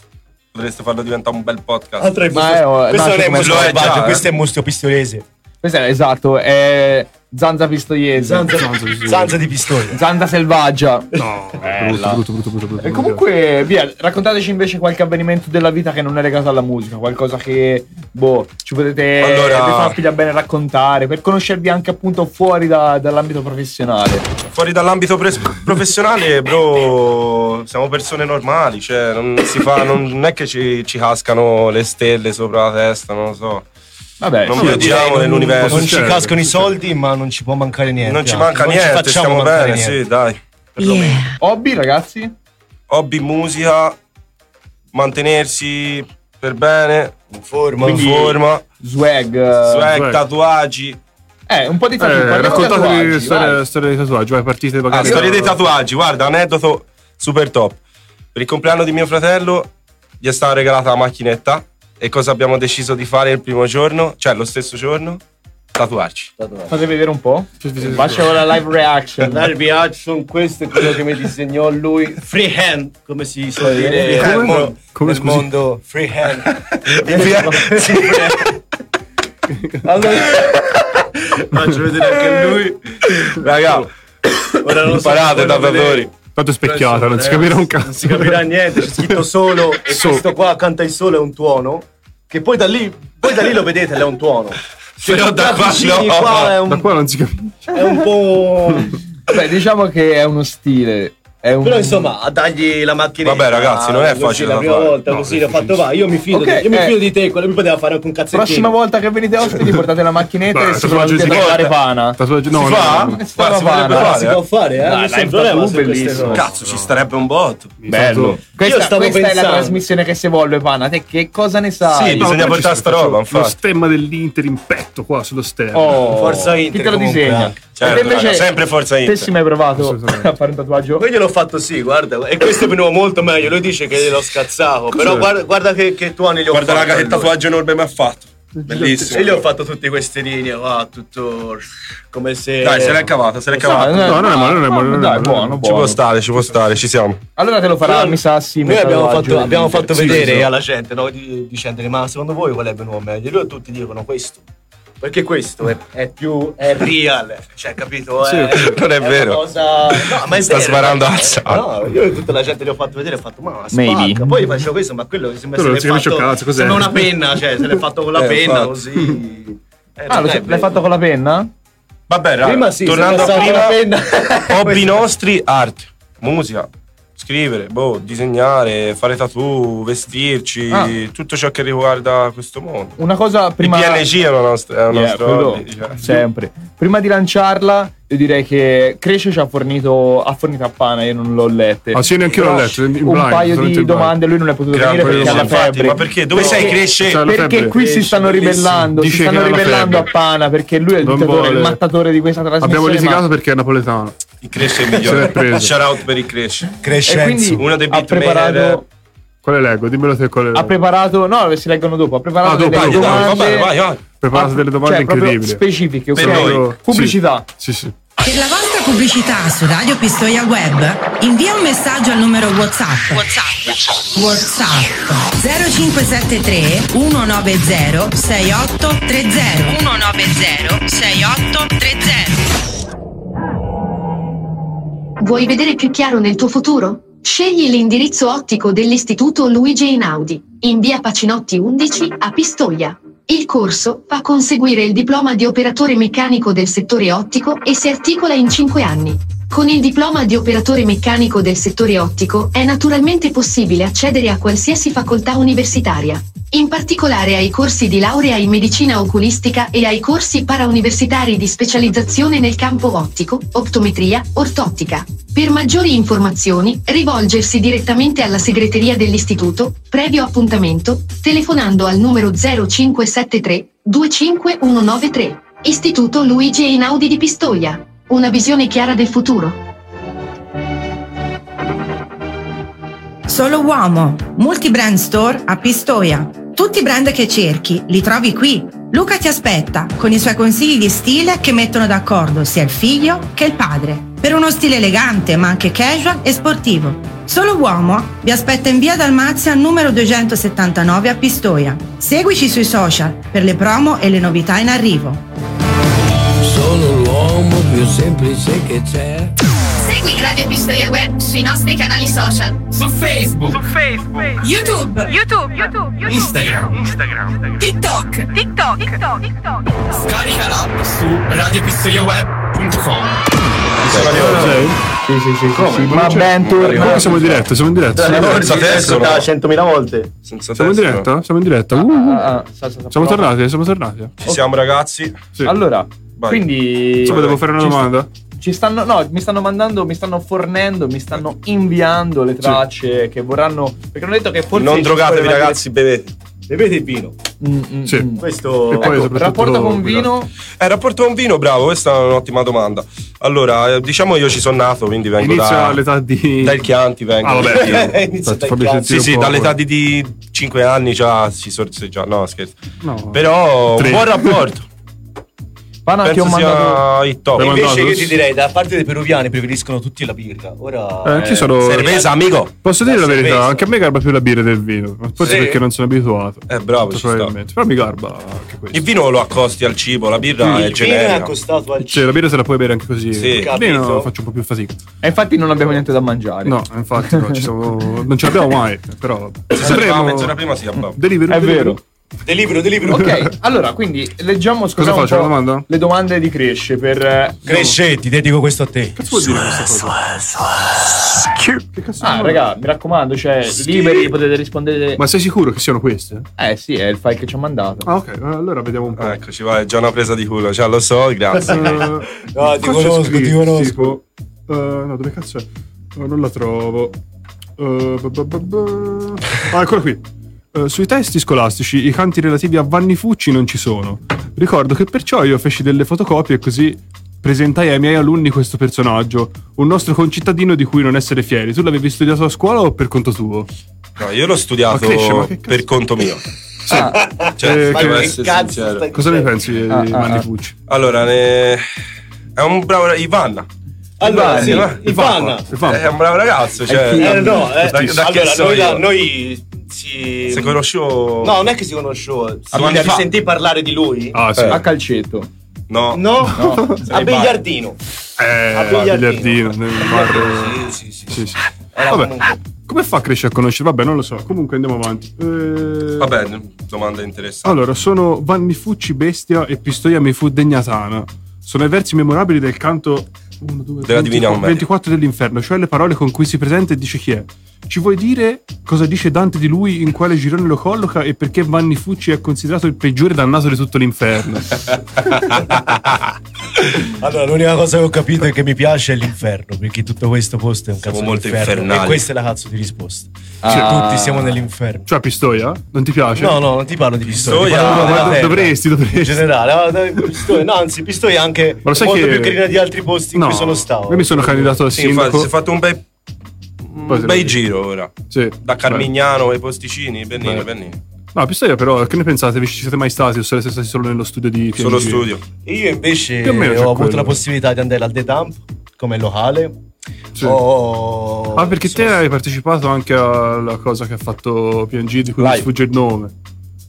S9: Potreste farlo diventare un bel podcast.
S8: Altro è
S4: Ma
S8: Mustio-
S4: è- oh,
S8: questo
S4: no,
S8: non è
S4: come
S8: Mustio
S9: lo è già,
S8: Selvaggio,
S9: eh.
S8: questo è Mustio Pistoiese.
S4: Questa è- esatto, è Zanza Pistoiese.
S8: Zanza,
S3: Pistoiese.
S8: Zanza di Pistoia.
S4: Zanza selvaggia.
S3: No, brutto, brutto, brutto, brutto,
S8: Eh,
S3: brutto.
S4: E comunque, via, raccontateci invece qualche avvenimento della vita che non è legato alla musica, qualcosa che, boh, ci potete
S9: Allora-
S4: vi fa piglia bene raccontare, per conoscervi anche appunto fuori da- dall'ambito professionale.
S9: Fuori dall'ambito pres- professionale, bro, siamo persone normali, cioè non, si fa, non, non è che ci, ci cascano le stelle sopra la testa, non lo so.
S4: Vabbè,
S9: Non
S4: sì,
S9: vi odiamo nell'universo.
S8: Non ci
S3: Succede,
S8: cascano i
S3: succede.
S8: soldi, ma non ci può mancare niente.
S9: non ci
S8: anche.
S9: manca
S8: Non ci
S9: niente,
S8: facciamo
S9: stiamo
S8: mancare
S9: bene,
S8: niente.
S9: sì, dai.
S4: hobby, ragazzi?
S9: hobby musica, mantenersi per bene,
S10: In forma.
S9: in forma,
S4: Swag. eh,
S9: swag,
S3: swag.
S9: tatuaggi.
S4: Eh, un po' di tatuaggi.
S3: Eh,
S4: parliamo di
S3: raccontatevi
S4: tatuaggi, vai.
S3: storia, storia dei tatuaggi, vai partite
S9: Ah,
S3: magari.
S9: storia dei tatuaggi, guarda, aneddoto super top. Per il compleanno di mio fratello gli è stata regalata la macchinetta e cosa abbiamo deciso di fare il primo giorno, cioè lo stesso giorno, tatuarci.
S4: Fate vedere un po'. Faccio la live reaction.
S8: Darby Hudson, questo è quello che mi disegnò lui. Freehand, come si suol dire.
S10: Nel
S9: Come-
S10: mondo-
S3: come,
S10: nel
S3: scusi?
S10: mondo free hand.
S8: Allora,
S9: Faccio vedere anche lui. Raga,
S8: ora non so
S9: imparate
S8: se voglio
S9: tatuatori.
S8: vedere.
S3: Tanto è specchiata, non si
S8: Eh,
S3: capirà un
S8: Non
S3: cazzo.
S8: si capirà niente, c'è scritto solo e
S3: So.
S8: questo qua canta il sole è un tuono che poi da lì, poi da lì lo vedete, è un tuono. Se
S9: Però
S8: lo
S9: da qua
S8: avvicini
S9: no.
S8: qua è
S3: Da
S8: un,
S3: qua non si capisce.
S8: è un po'...
S4: Beh, diciamo che è uno stile. È un...
S8: Però insomma, a dargli la macchinetta.
S9: Vabbè, ragazzi, non è facile
S8: Così, la
S9: da
S8: prima
S9: fare.
S8: volta
S9: No,
S8: così
S9: è
S8: l'ho fatto
S9: difficile.
S8: va. Io mi fido,
S4: Ok,
S8: di, io mi
S4: eh.
S8: fido di te, quello mi poteva fare anche un cazzettino.
S4: Prossima volta che venite ospiti portate la macchinetta
S3: Beh,
S4: e si
S3: tatuaggi
S4: trovate
S3: si
S4: a
S3: porta.
S4: fare pana.
S3: Tatuaggi, no,
S9: si
S3: no,
S9: fa?
S3: no, no.
S9: Guarda, si
S4: Stavano
S9: potrebbe
S4: a
S8: Ah,
S9: fare,
S8: si
S9: eh.
S8: può fare, eh?
S4: Dai,
S8: Non
S4: dai,
S8: c'è
S4: il
S8: problema
S4: tabù
S8: su queste
S4: bellissimo.
S8: cose.
S9: Cazzo, ci starebbe un botto.
S3: Bello.
S4: Questa,
S8: stavo
S4: questa è la
S8: pensando-
S4: trasmissione che se vuole, pana. Te che cosa ne sai?
S9: Sì, bisogna portare sta roba,
S3: Lo
S9: infatti.
S3: stemma dell'Inter in petto qua sullo stemma.
S4: Oh,
S10: Forza
S4: Chi
S10: Inter
S4: te lo
S10: comunque
S4: disegna?
S10: anche.
S9: Certo,
S4: Perché invece-
S9: raga, sempre forza
S4: Te
S9: Inter.
S4: si mai provato
S3: Assolutamente.
S4: a fare un tatuaggio?
S8: Poi gliel'ho fatto sì, guarda, e questo è venuto molto meglio, lui dice che gliel'ho scazzato, però guarda, guarda che, che tuoni gli ho
S9: Guarda
S8: fatto.
S9: raga che
S8: allora.
S9: tatuaggio enorme mi ha fatto. Bellissimo.
S8: E gli ho fatto tutte queste linee, va, tutto come se...
S9: Dai, se l'è cavata, se l'è
S4: No,
S9: cavata.
S3: No, non è male, non è male, non è
S4: Dai,
S3: male.
S4: buono,
S9: Ci
S4: buono.
S9: può stare, ci può stare, ci siamo.
S4: Allora te lo farà, mi sa, sì.
S10: Noi abbiamo fatto, abbiamo fatto
S9: Sì,
S10: vedere
S9: sì, sì.
S10: alla gente, no, di- dicendole, ma secondo voi qual è venuto meglio? E loro tutti dicono questo.
S8: Perché questo è, è più... è real, cioè capito?
S3: Sì,
S9: non è
S8: una
S9: vero.
S8: cosa- No, ma è
S9: Sta
S8: vero,
S9: sparando
S8: eh.
S9: al sacco.
S8: No, io tutta la gente gli ho fatto vedere, ho fatto, ma una spacca.
S4: Maybe.
S8: Poi faccio questo, ma quello che sembra
S3: Quello non
S8: se
S3: si
S8: l'è
S3: capisce un
S8: fatto-
S3: cazzo, cos'è?
S8: Sembra una penna, cioè se l'è fatto con la
S9: Eh,
S8: penna,
S9: infatti.
S8: così... Eh,
S4: Ah,
S8: non
S4: lo
S8: è
S4: sai- l'hai
S8: vero.
S4: fatto con la penna?
S9: Vabbè, raga,
S8: Prima sì,
S9: tornando
S8: se
S9: a
S8: lo sa
S9: prima,
S8: con la penna.
S9: hobby nostri, arte, musica, scrivere, boh, disegnare, fare tattoo, vestirci,
S4: Ah.
S9: tutto ciò che riguarda questo mondo.
S4: Una cosa prima...
S9: Il PNG è un nostro, è un
S4: Yeah,
S9: nostro
S4: quello-
S9: hobby, cioè.
S4: sempre. Prima di lanciarla, io direi che Cresce ci ha fornito, ha fornito a Pana, io non l'ho lette.
S3: Ah, sì, neanche io l'ho
S4: Però
S3: letto, in blind,
S4: Un paio
S3: solamente
S4: di
S3: in blind.
S4: domande, lui non è potuto
S9: Gran
S4: venire
S9: quello
S4: perché ha la
S9: infatti,
S4: febbre.
S9: ma perché? Dove
S4: Perché-
S9: sei cresce?
S3: C'ha la
S4: Perché
S3: febbre.
S4: qui si stanno
S9: Bellissimo.
S4: ribellando, si
S3: Dice
S4: stanno
S3: che ha la
S4: ribellando a
S3: febbre.
S4: Pana perché lui è il
S3: Non
S4: dittatore, il
S3: vuole.
S4: mattatore di questa trasmissione.
S3: Abbiamo litigato
S4: ma-
S3: perché è napoletano.
S9: Il cresce è il
S3: Se l'è
S9: migliore.
S3: preso.
S9: Shout out per il cresce.
S4: E quindi
S10: Crescenzo.
S9: Uno dei
S4: ha
S9: beatmaker,
S4: preparato,
S3: Quale leggo? Dimmelo te quale
S4: ha
S3: leggo.
S4: preparato, no, si leggono dopo, ha preparato
S3: Ah, dopo,
S4: delle
S9: Dai, dai, va
S4: domande,
S9: bene, vai, vai.
S3: Preparato delle domande
S4: cioè, proprio
S3: incredibili.
S4: specifiche, ok?
S9: Per noi.
S4: Pubblicità.
S3: Sì, sì.
S7: Per la vostra pubblicità su Radio Pistoia Web, invia un messaggio al numero WhatsApp. WhatsApp. WhatsApp 0573 190 6830. 190 6830.
S11: Vuoi vedere più chiaro nel tuo futuro? Scegli l'indirizzo ottico dell'Istituto Luigi Einaudi, in via Pacinotti 11 a Pistoia. Il corso fa conseguire il diploma di operatore meccanico del settore ottico e si articola in 5 anni. Con il diploma di operatore meccanico del settore ottico è naturalmente possibile accedere a qualsiasi facoltà universitaria, in particolare ai corsi di laurea in medicina oculistica e ai corsi parauniversitari di specializzazione nel campo ottico, optometria, ortottica. Per maggiori informazioni, rivolgersi direttamente alla segreteria dell'istituto, previo appuntamento, telefonando al numero 0573 25193. Istituto Luigi Einaudi di Pistoia. Una visione chiara del futuro.
S7: Solo Uomo, Multibrand Store a Pistoia. Tutti i brand che cerchi li trovi qui. Luca ti aspetta con i suoi consigli di stile che mettono d'accordo sia il figlio che il padre. Per uno stile elegante ma anche casual e sportivo. Solo Uomo vi aspetta in via Dalmazia numero 279 a Pistoia. Seguici sui social per le promo e le novità in arrivo.
S11: Segui Radio Pistoia Web sui nostri canali social.
S1: Su Facebook. Su Facebook. YouTube. YouTube. YouTube. Instagram. Instagram. TikTok. TikTok. TikTok. TikTok.
S8: Scarica l'app su radiopistoiaweb.com
S4: Sì, sì, sì, sì, sì, ma ben
S3: Comunque
S4: tornato.
S3: siamo in diretta, siamo in diretta. Siamo in diretta.
S9: Senza testo, no?
S8: 100.000 volte.
S9: Senza
S3: Siamo in
S9: testo.
S3: diretta? Siamo in diretta. Uh, uh.
S4: Ah, ah, sa- sa- sa-
S3: Siamo
S4: prova.
S3: tornati, siamo tornati.
S9: Ci siamo ragazzi.
S3: Sì.
S4: Allora,
S9: Vai.
S4: quindi
S3: Insomma, devo fare una
S4: ci sta-
S3: domanda?
S4: ci Ci stanno, no, mi stanno mandando, mi stanno fornendo, mi stanno inviando le tracce che vorranno. Perché hanno detto che forse.
S9: Non
S4: ci Mm,
S9: drogatevi,
S4: vorranno-
S9: ragazzi, bevete.
S12: Bevete il vino.
S4: Sì.
S12: Questo
S9: E poi
S8: ecco.
S9: soprattutto
S4: Ecco, rapporto con
S9: guidate.
S4: vino?
S9: Eh, rapporto con vino, bravo, questa è un'ottima domanda. Allora, eh, diciamo io ci sono nato, quindi vengo
S3: Inizio
S9: da,
S3: all'età di.
S9: dal Chianti, vengo.
S3: Ah, vabbè.
S9: Inizio
S3: Infatti,
S9: dai
S3: fammi sentire
S9: Chianti. Sì,
S3: un
S9: sì,
S3: po',
S9: dall'età
S3: poi.
S9: di, 5 anni già si sorseggia, no scherzo.
S3: No.
S9: Però un
S3: Tre.
S9: buon rapporto.
S4: Pana
S9: Penso sia il top.
S12: Invece io ti direi, da parte dei peruviani preferiscono tutti la birra. Ora...
S3: Eh, anch'io sono-
S9: Cerveza, amico.
S3: Posso dire la verità,
S9: cerveza.
S3: anche a me garba più la birra del vino, forse
S9: Sì?
S3: perché non sono abituato.
S9: Eh, bravo,
S3: Molto
S9: ci sta.
S3: probabilmente. Però mi garba anche questo.
S9: Il vino lo accosti al cibo, la birra Ah, è
S12: il vino è
S9: generica.
S12: accostato al
S3: Cioè, la birra se la puoi bere anche così.
S9: Sì.
S3: Il vino faccio un po' più fatica.
S4: E infatti non abbiamo niente da mangiare.
S3: No, infatti, no, ci siamo- non ce l'abbiamo mai. Però vabbè.
S9: Se si
S3: Sapremo-
S9: arriva mezz'ora prima si abbava.
S3: Delivery,
S4: È
S3: delivery.
S4: vero.
S12: Delibero, delibero.
S4: Ok, allora quindi leggiamo scusa,
S3: faccio,
S4: un po'
S3: una domanda?
S4: le domande di Cresce per eh,
S13: Cresce, ti dedico questo a te.
S3: Cazzo vuol dire questa cosa? Che cazzo
S4: Ah,
S3: vuol dire?
S4: raga, mi raccomando, cioè liberi potete rispondere
S3: Ma sei sicuro che siano queste?
S4: Eh sì, è il file che ci ha mandato.
S3: Ah, ok, allora vediamo un po'.
S9: Ah, Eccoci, vai, è già una presa di culo. Cioè, lo so, grazie.
S3: Eh,
S13: No, ti
S3: qua c'è
S13: conosco,
S3: scritto,
S13: ti conosco.
S3: tipo, eh, no, dove cazzo è? Eh, non la trovo. Eh, ba, ba, ba, ba. Ah, eccola qui. Eh, sui testi scolastici i canti relativi a Vanni Fucci non ci sono. Ricordo che perciò io feci delle fotocopie e così presentai ai miei alunni questo personaggio, un nostro concittadino di cui non essere fieri. Tu l'avevi studiato a scuola o per conto tuo?
S9: No,
S3: Ma cresce,
S9: io l'ho
S3: ma
S9: studiato
S3: che cazzo?
S9: per conto mio. Cioè,
S3: Eh,
S9: devo
S3: che-
S9: essere
S12: cioè,
S9: sincero.
S3: Cosa ne pensi di
S4: Ah, ah,
S3: Vanni
S4: ah.
S3: Fucci?
S9: Allora, ne- è un bravo ragazzo, Ivanna.
S12: Allora,
S4: Ivana,
S12: sì,
S9: Ivana.
S12: Ivana.
S3: E fa-
S9: È un bravo ragazzo, cioè...
S4: figlio.
S12: Eh, no, eh.
S9: Da- da che
S12: allora,
S9: so
S12: noi,
S9: io?
S12: da- noi si...
S9: Se conoscevo...
S12: No, non è che si conosceva. Si
S9: anni fa.
S12: sentì parlare di lui?
S3: Ah, sì.
S9: Eh.
S4: A calcetto.
S9: No.
S12: No, a
S9: Sei
S12: biliardino.
S3: Eh,
S12: A
S3: a
S12: biliardino.
S3: biliardino, nel bar.
S12: Sì, sì, sì.
S3: Sì, sì.
S12: Era
S3: Vabbè. Ah,
S12: comunque-
S3: Come fa a crescere a conoscere? Vabbè, non lo so. Comunque andiamo avanti. Eh,
S9: Vabbè, domanda interessante.
S3: Allora, sono Vanni Fucci Bestia e Pistoia mi fu degnatana. Sono i versi memorabili del canto 1, 2,
S9: Della Divina Commedia.
S3: 24 dell'inferno, cioè le parole con cui si presenta e dice chi è. Ci vuoi dire cosa dice Dante di lui, in quale girone lo colloca e perché Vanni Fucci è considerato il peggiore dannato di tutto l'inferno?
S13: Allora, l'unica cosa che ho capito è che mi piace è l'inferno, perché tutto questo posto è un
S9: Siamo
S13: cazzo
S9: molto
S13: di inferno,
S9: infernali.
S13: E questa è la cazzo di risposta.
S9: Cioè,
S13: Cioè,
S4: Ah.
S13: Tutti siamo nell'inferno.
S3: Cioè, Pistoia? Non ti piace?
S13: No, no, non ti parlo di pistoia.
S9: Pistoia,
S13: ti parlo
S9: ma
S13: della
S3: dov-
S13: terra.
S3: dovresti, dovresti.
S13: In generale, ah, dai, Pistoia- no, anzi, Pistoia è anche
S3: Ma lo sai
S13: molto
S3: che-
S13: più carina di altri posti in
S3: No.
S13: cui sono stato.
S3: Io mi sono candidato a
S9: Sì, infatti,
S3: sindaco.
S9: si è fatto un bel, un
S3: Poi se lo
S9: bel
S3: dico.
S9: giro ora.
S3: Sì.
S9: Da Carmignano ai posticini, Bennino,
S3: Beh.
S9: Bennino.
S3: No, Pistoia però, che ne pensate? Vi ci siete mai stati o sareste stati solo nello studio di PNG?
S9: Solo studio.
S13: Io invece
S3: Più o meno c'è
S13: ho avuto
S3: quello.
S13: la possibilità di andare al Detamp come locale.
S3: Sì.
S13: Oh, Ho-
S3: Ah, perché te
S13: sono-
S3: hai partecipato anche alla cosa che ha fatto PNG di cui mi
S12: Live.
S3: sfugge il nome.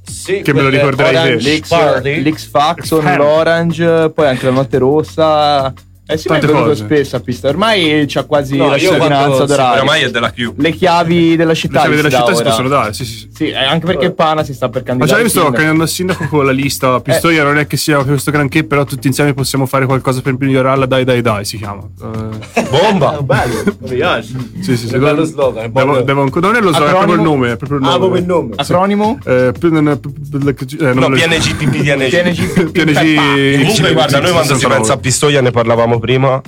S12: Sì,
S3: Che me
S4: eh,
S3: lo
S12: quel
S3: ricorderai te.
S12: Orange
S4: L'X,
S12: Party.
S4: l'X Faction,
S3: Fan.
S4: l'Orange, poi anche la Notte Rossa. Eh sì, ma è
S3: Tante
S4: venuto
S3: cose.
S4: spesso a pista. Ormai c'ha quasi
S12: No,
S4: la
S12: io quando-
S4: cittadinanza
S12: sì,
S4: d'orario.
S9: Oramai è della Q.
S4: Le chiavi della città.
S3: Eh. Le chiavi
S4: gli
S3: della
S4: si dà
S3: città si
S4: ora.
S3: possono dare, sì, sì, sì.
S4: Sì, eh, anche perché Pana si sta per
S3: Ma
S4: candidare.
S3: già io
S4: al
S3: sto
S4: sindaco.
S3: cambiando a sindaco con la
S13: Eh.
S3: lista. Pistoia non è che sia questo granché, però tutti insieme possiamo fare qualcosa per migliorarla. Dai, dai, dai, si chiama. Eh,
S12: Ah, bello, mi piace.
S3: sì, sì, sì.
S12: È bello slogan, è
S3: Devo,
S12: bello.
S3: devo ancora- non è lo slogan, è proprio il
S4: Acronimo?
S3: nome. È proprio il nome.
S12: Ah, proprio il nome.
S4: Acronimo?
S3: Eh, p- n- p- p- eh, non
S9: No,
S3: lo-
S9: PNG, PNG.
S4: TNG.
S3: PNG.
S9: Comunque, guarda, noi quando si
S3: senza
S9: pensa a
S3: parole.
S9: Pistoia ne parlavamo prima,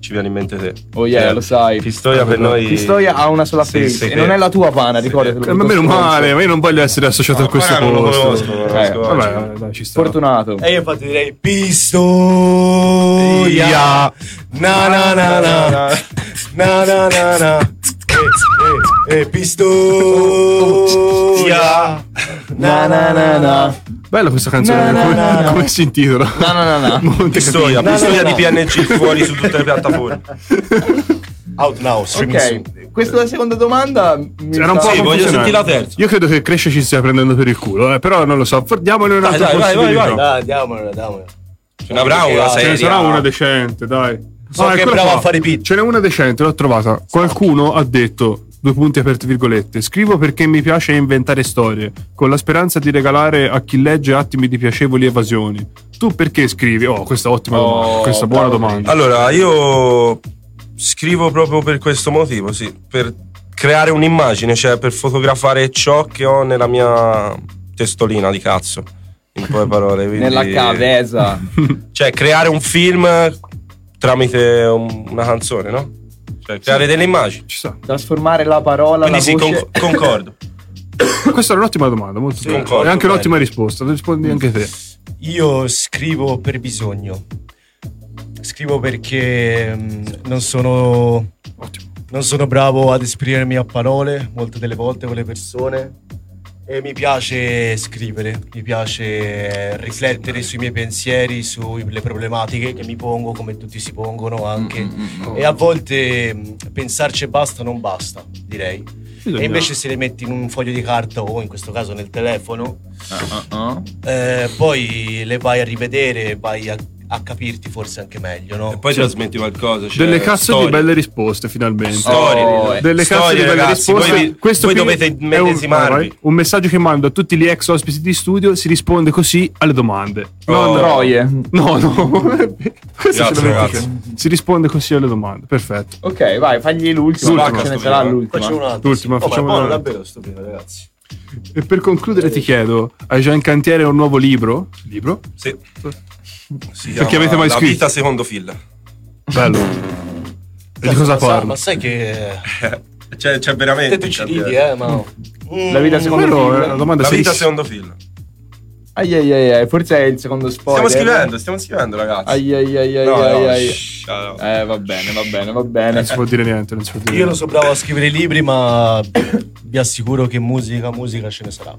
S9: ci viene in mente te.
S4: Oh yeah,
S9: Cioè,
S3: Eh.
S4: lo sai.
S9: Pistoia per noi...
S4: Pistoia ha una sola
S9: Sì,
S4: face
S9: sì,
S4: e
S9: che-
S4: non è la tua pana, ricordatelo.
S3: Eh, ma meno
S4: questo
S3: male, ma io non voglio essere associato a
S9: Ma
S3: questo
S9: guarda, non lo
S3: posto. Eh,
S9: conosco, non lo conosco.
S3: Vabbè, dai,
S4: stronzo.
S3: ci sta.
S4: Fortunato.
S12: E io infatti direi
S13: Pistoia. Na na na na. Na na na na. E,
S9: Eh,
S13: e, e Pistoia.
S4: Na na na na.
S3: Bella questa canzone,
S4: Na, na,
S3: come,
S4: na, na.
S3: come si intitola?
S4: Na na na na.
S3: Monte
S9: Pistoia,
S3: Capito.
S9: Pistoia
S13: no,
S9: di PNG fuori su tutte le piattaforme.
S13: Out now, streaming soon.
S4: Ok, questa è la seconda domanda. mi
S9: Cioè,
S3: Era un
S4: sa-
S3: po'
S9: Sì, voglio
S3: confusionale.
S9: sentire la terza.
S3: Io credo che Cresce ci stia prendendo per il culo, eh, però non lo so. For- Diamogli
S8: Ah,
S3: un'altra
S9: Dai, dai, vai,
S3: possibilità.
S9: vai,
S12: Dai, diamola, diamola.
S9: Ce n'avrà una
S3: Ce ne
S9: seria.
S3: sarà una decente, dai.
S13: So che è
S3: eccola
S13: bravo a fare i pit.
S3: Ce n'è una decente, l'ho trovata. Qualcuno ha detto, due punti aperte virgolette, scrivo perché mi piace inventare storie, con la speranza di regalare a chi legge attimi di piacevoli evasioni. Tu perché scrivi? Oh, questa ottima
S4: Oh,
S3: domanda, questa buona
S4: bravo.
S3: domanda.
S9: Allora, io scrivo proprio per questo motivo, sì, per creare un'immagine, cioè per fotografare ciò che ho nella mia testolina di cazzo. In poche parole, quindi-
S4: Nella cavesa.
S9: Cioè, creare un film tramite un- una canzone, no? Cioè, creare delle immagini.
S3: Ci sta.
S4: Trasformare la parola,
S9: Quindi sì,
S4: la voce...
S9: con- concordo.
S3: Questa era un'ottima domanda, molto bella.
S9: concordo,
S3: E anche
S9: bene.
S3: un'ottima risposta, rispondi anche te.
S8: Io scrivo per bisogno. Scrivo perché mm, non sono. Non sono bravo ad esprimermi a parole molte delle volte con le persone. E mi piace scrivere, mi piace riflettere sui miei pensieri, sulle problematiche che mi pongo, come tutti si pongono
S4: Mm,
S8: anche.
S9: Mm-hmm.
S4: Oh,
S8: E a volte mm, pensarci e basta non basta, direi.
S12: Bisogna-
S8: E invece se le metti in un foglio di carta o in questo caso nel telefono,
S4: ah,
S8: eh, poi le vai a rivedere, vai a, a capirti forse anche meglio, no?
S9: Poi trasmetti qualcosa. cioè,
S3: Delle cazzo
S9: storie.
S3: di belle risposte, finalmente.
S9: Storie,
S3: Oh, delle
S9: storie,
S3: cazzo di belle
S9: ragazzi,
S3: risposte.
S9: voi vi- voi
S3: qui
S9: dovete
S3: è un-
S9: medesimarvi.
S3: vai, vai. Un, messaggio che mando a tutti gli ex ospiti di studio si risponde così alle domande.
S9: Oh.
S4: Troie.
S3: No, no. Questo
S9: Grazie,
S3: ce lo
S9: ragazzi.
S3: mettici. Si risponde così alle domande. Perfetto.
S4: Ok, vai, fagli l'ultimo.
S3: L'ultima.
S4: ce ne sarà l'ultima.
S3: Facciamo un'altra, sì. L'ultima, Oh, ma è facciamo buono un'altra.
S12: davvero sto primo, ragazzi.
S3: E per concludere ti chiedo, hai già in cantiere un nuovo libro? Libro?
S9: Sì. Si
S3: Perché
S9: chiama
S3: avete mai
S9: La
S3: scritto?
S9: vita secondo fila.
S3: Bello. E di cosa
S9: Ma sa-
S3: parla?
S9: ma
S8: sai che.
S9: Cioè, C'è, c'è veramente.
S8: Te tu ci
S9: c'è
S8: ridi,
S9: veramente.
S8: eh, ma.
S4: La
S3: Eh,
S4: vita secondo
S9: Quello
S4: film.
S9: è una domanda La vita secondo fila.
S4: Ai ai ai ai, forse è il secondo spoiler.
S9: Stiamo scrivendo, stiamo scrivendo, ragazzi.
S4: Ai ai ai ai
S9: No, no,
S4: ai, ai.
S9: shh, Eh, no.
S4: Eh, va bene, va bene, va bene.
S3: Non si può dire niente, non si può dire
S8: Mm, Io
S3: niente.
S8: non so bravo a scrivere libri, ma vi assicuro che musica, musica ce ne sarà.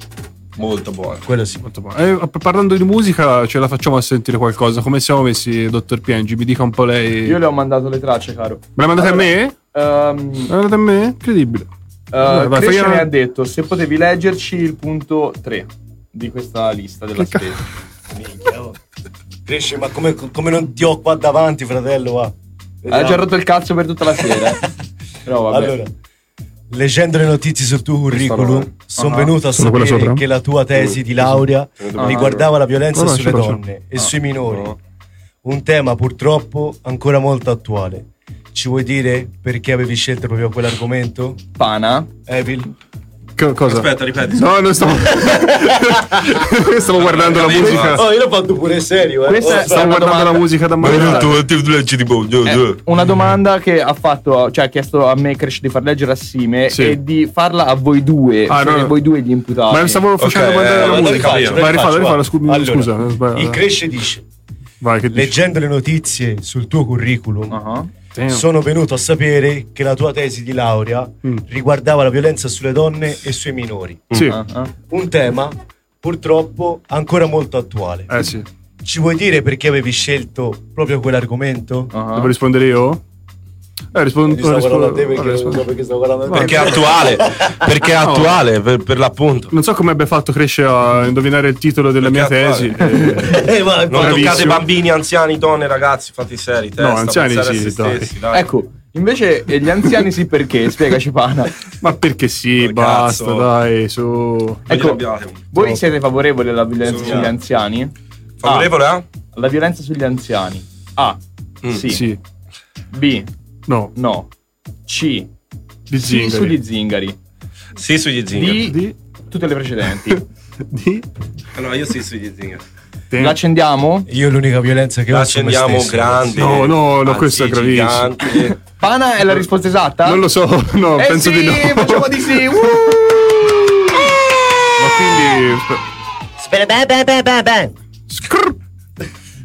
S9: Molto buono.
S8: Quello sì.
S3: Molto buono. Eh, parlando di musica, ce la facciamo a sentire qualcosa. Come siamo messi, dottor Piangi? Mi dica un po' lei.
S4: Io le ho mandato le tracce, caro.
S3: Me l'ha mandata
S4: Allora,
S3: a me?
S4: ehm,
S3: Me l'ha mandata a me? Incredibile.
S4: eh,
S3: Allora, vai,
S4: Cresce
S3: fai-
S4: mi ha detto se potevi leggerci il punto 3 di questa lista della spesa.
S8: Minchia, oh. Cresci, ma come, come non ti ho qua davanti, fratello? Va.
S4: Ha
S8: Vediamo.
S4: già rotto il cazzo per tutta la sera. eh. Però vabbè.
S8: Allora, leggendo le notizie sul tuo curriculum, sono
S4: Ah.
S8: venuto a
S4: Sono quella
S8: sapere
S4: sopra?
S8: che la tua tesi di laurea
S4: Ah.
S8: riguardava la violenza
S4: No, no, c'è
S8: sulle
S4: qua,
S8: donne e sui minori. Un tema purtroppo ancora molto attuale. Ci vuoi dire perché avevi scelto proprio quell'argomento?
S4: Pana.
S8: Evil.
S3: Co- cosa?
S8: Aspetta, ripeti.
S3: No, non stavo. stavo guardando la musica.
S8: Oh, io l'ho fatto pure serio. Eh.
S4: Questa è
S3: Stavo
S4: una
S3: guardando
S4: domanda-
S3: la musica da
S4: Ma
S3: Mario.
S4: tu-
S9: Eh,
S4: Una domanda che ha fatto, cioè ha chiesto a me Cresce di far leggere a Sime
S3: Sì.
S4: e di farla a voi due,
S3: Ah,
S4: cioè
S3: no.
S4: voi due gli imputati.
S3: Ma non stavo
S8: eh,
S3: facendo guardare la musica. Vai, rifallo, rifallo, scu- mi-
S8: Allora,
S3: scusa.
S4: eh,
S3: ho sbagliato.
S8: Il Cresce dice:
S3: Vai, che dici?
S8: Leggendo le notizie sul tuo curriculum,
S4: Uh-huh,
S3: Eh.
S8: sono venuto a sapere che la tua tesi di laurea riguardava la violenza sulle donne e sui minori.
S3: Sì.
S4: uh-huh,
S8: Un tema purtroppo ancora molto attuale.
S3: Eh sì.
S8: Ci vuoi dire perché avevi scelto proprio quell'argomento?
S4: Ah.
S3: Devo rispondere io? Eh, rispondo.
S8: Io stavo
S3: rispondo-
S8: guardando a te perché,
S3: vabbè, rispondo-
S8: so perché stavo guardando a te.
S9: Perché è attuale. Perché è
S3: No.
S9: attuale, per, per l'appunto.
S3: Esatto. Non so come abbia fatto Cresce a indovinare il titolo della mia tesi. Eh,
S8: Eh, ma-
S9: Non toccate
S3: Bravissimo.
S9: bambini, anziani, donne, ragazzi, fate i seri. Testa,
S3: No, anziani
S9: pensare a
S3: sì,
S9: se
S3: dai.
S9: stessi, dai.
S4: Ecco, invece eh, gli anziani sì perché? Spiegaci Pana.
S3: Ma perché sì, basta,
S9: cazzo.
S3: dai, su.
S9: Voi
S4: Ecco,
S9: abbiate-
S4: voi siete favorevoli alla violenza
S9: Sono-
S4: sugli anziani?
S9: Favorevole,
S4: A.
S9: eh?
S4: Alla violenza sugli anziani. A. Sì.
S3: Sì.
S4: B.
S3: No.
S4: No. C. Sì
S3: zingari.
S4: sugli zingari.
S9: Sì, sugli
S4: D.
S9: zingari.
S4: Tutte le precedenti.
S9: Allora, io sì, sugli zingari.
S4: L'accendiamo?
S8: Io l'unica violenza che ho su me
S9: L'accendiamo
S8: stesso,
S9: grande.
S3: No, no, no, questo è
S9: anzi,
S3: gravissimo.
S9: gigante.
S4: Pana è la risposta esatta?
S3: Non lo so, no,
S4: Eh
S3: penso
S4: sì,
S3: di no.
S4: facciamo di sì. uh!
S3: Ma quindi. spe-
S8: Spera, beh, beh, beh, beh, beh.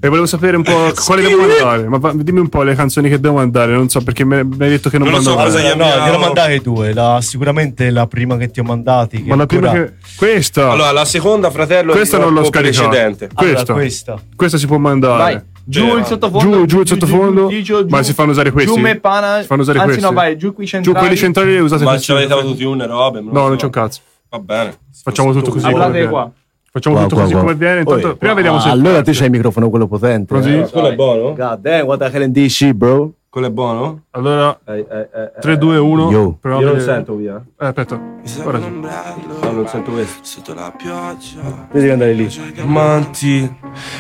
S3: E volevo sapere un po' quale devo mandare. Ma va- dimmi un po' le canzoni che devo mandare. Non so perché me- mi hai detto che non,
S9: Non lo
S3: mando
S9: so cosa
S3: mai.
S9: gli
S8: No,
S9: abbiamo-
S8: gliela mandai due. La, sicuramente la prima che ti ho mandati. Che
S3: Ma la prima
S8: ancora-
S3: che. Questa.
S9: Allora, la seconda, fratello,
S3: questa
S9: è
S3: non l'ho Ah,
S9: troppo
S3: scaricata.
S9: precedente.
S8: Allora,
S3: Questa.
S8: questa.
S3: Questa si può mandare.
S4: Vai. Giù il sottofondo.
S3: Giù, giù il sottofondo.
S4: giù, giù, giù.
S3: Ma si fanno usare questi?
S4: Giù me pana.
S3: Si fanno usare
S4: Anzi,
S3: questi?
S4: no, vai, giù qui
S3: Giù
S4: centrali.
S3: quelli centrali li usate
S9: Ma
S3: così.
S9: ce l'avete avuto tutti una roba? me lo
S3: No, non
S9: so.
S3: c'è un cazzo.
S9: Va bene.
S3: Facciamo tutto così.
S4: Parlate
S3: come
S4: qua.
S3: viene. Facciamo tutto così come viene. Intanto, prima
S8: Ah,
S3: vediamo se.
S13: Allora te c'hai il microfono quello potente.
S3: Così?
S13: eh.
S9: Quello è buono?
S13: God damn, what the hell in DC, bro?
S9: Quello è buono?
S3: Allora,
S9: Eh, eh, eh, eh.
S3: 3, 2, 1.
S13: Yo.
S3: Proviamo
S9: Io
S3: a
S9: non
S3: vedere.
S9: sento via.
S3: Eh, aspetta. Ora sì.
S9: No, non sento questo. Sotto la pioggia.
S13: Devi andare lì.
S9: Manti.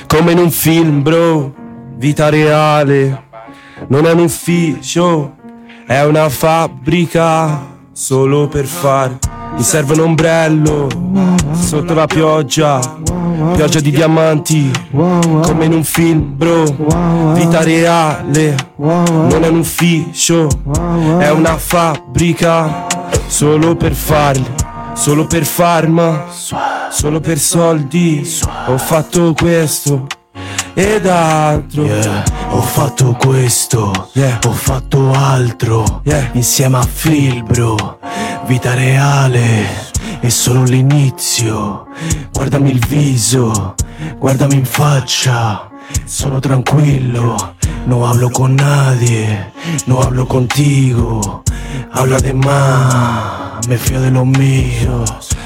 S9: Come in un film, bro. Vita reale. Non è un ufficio, è una fabbrica. Solo per far Mi serve un ombrello sotto la pioggia, pioggia di diamanti, come in un film, bro. Vita reale, non è un ufficio, è una fabbrica, solo per farli, solo per farma, solo per soldi. Ho fatto questo ed altro.
S14: Ho fatto questo, ho fatto altro, insieme a Filbro, vita reale, è solo l'inizio, guardami il viso, guardami in faccia, sono tranquillo, no hablo con nadie, no hablo contigo, habla de más, me fío de lo mío.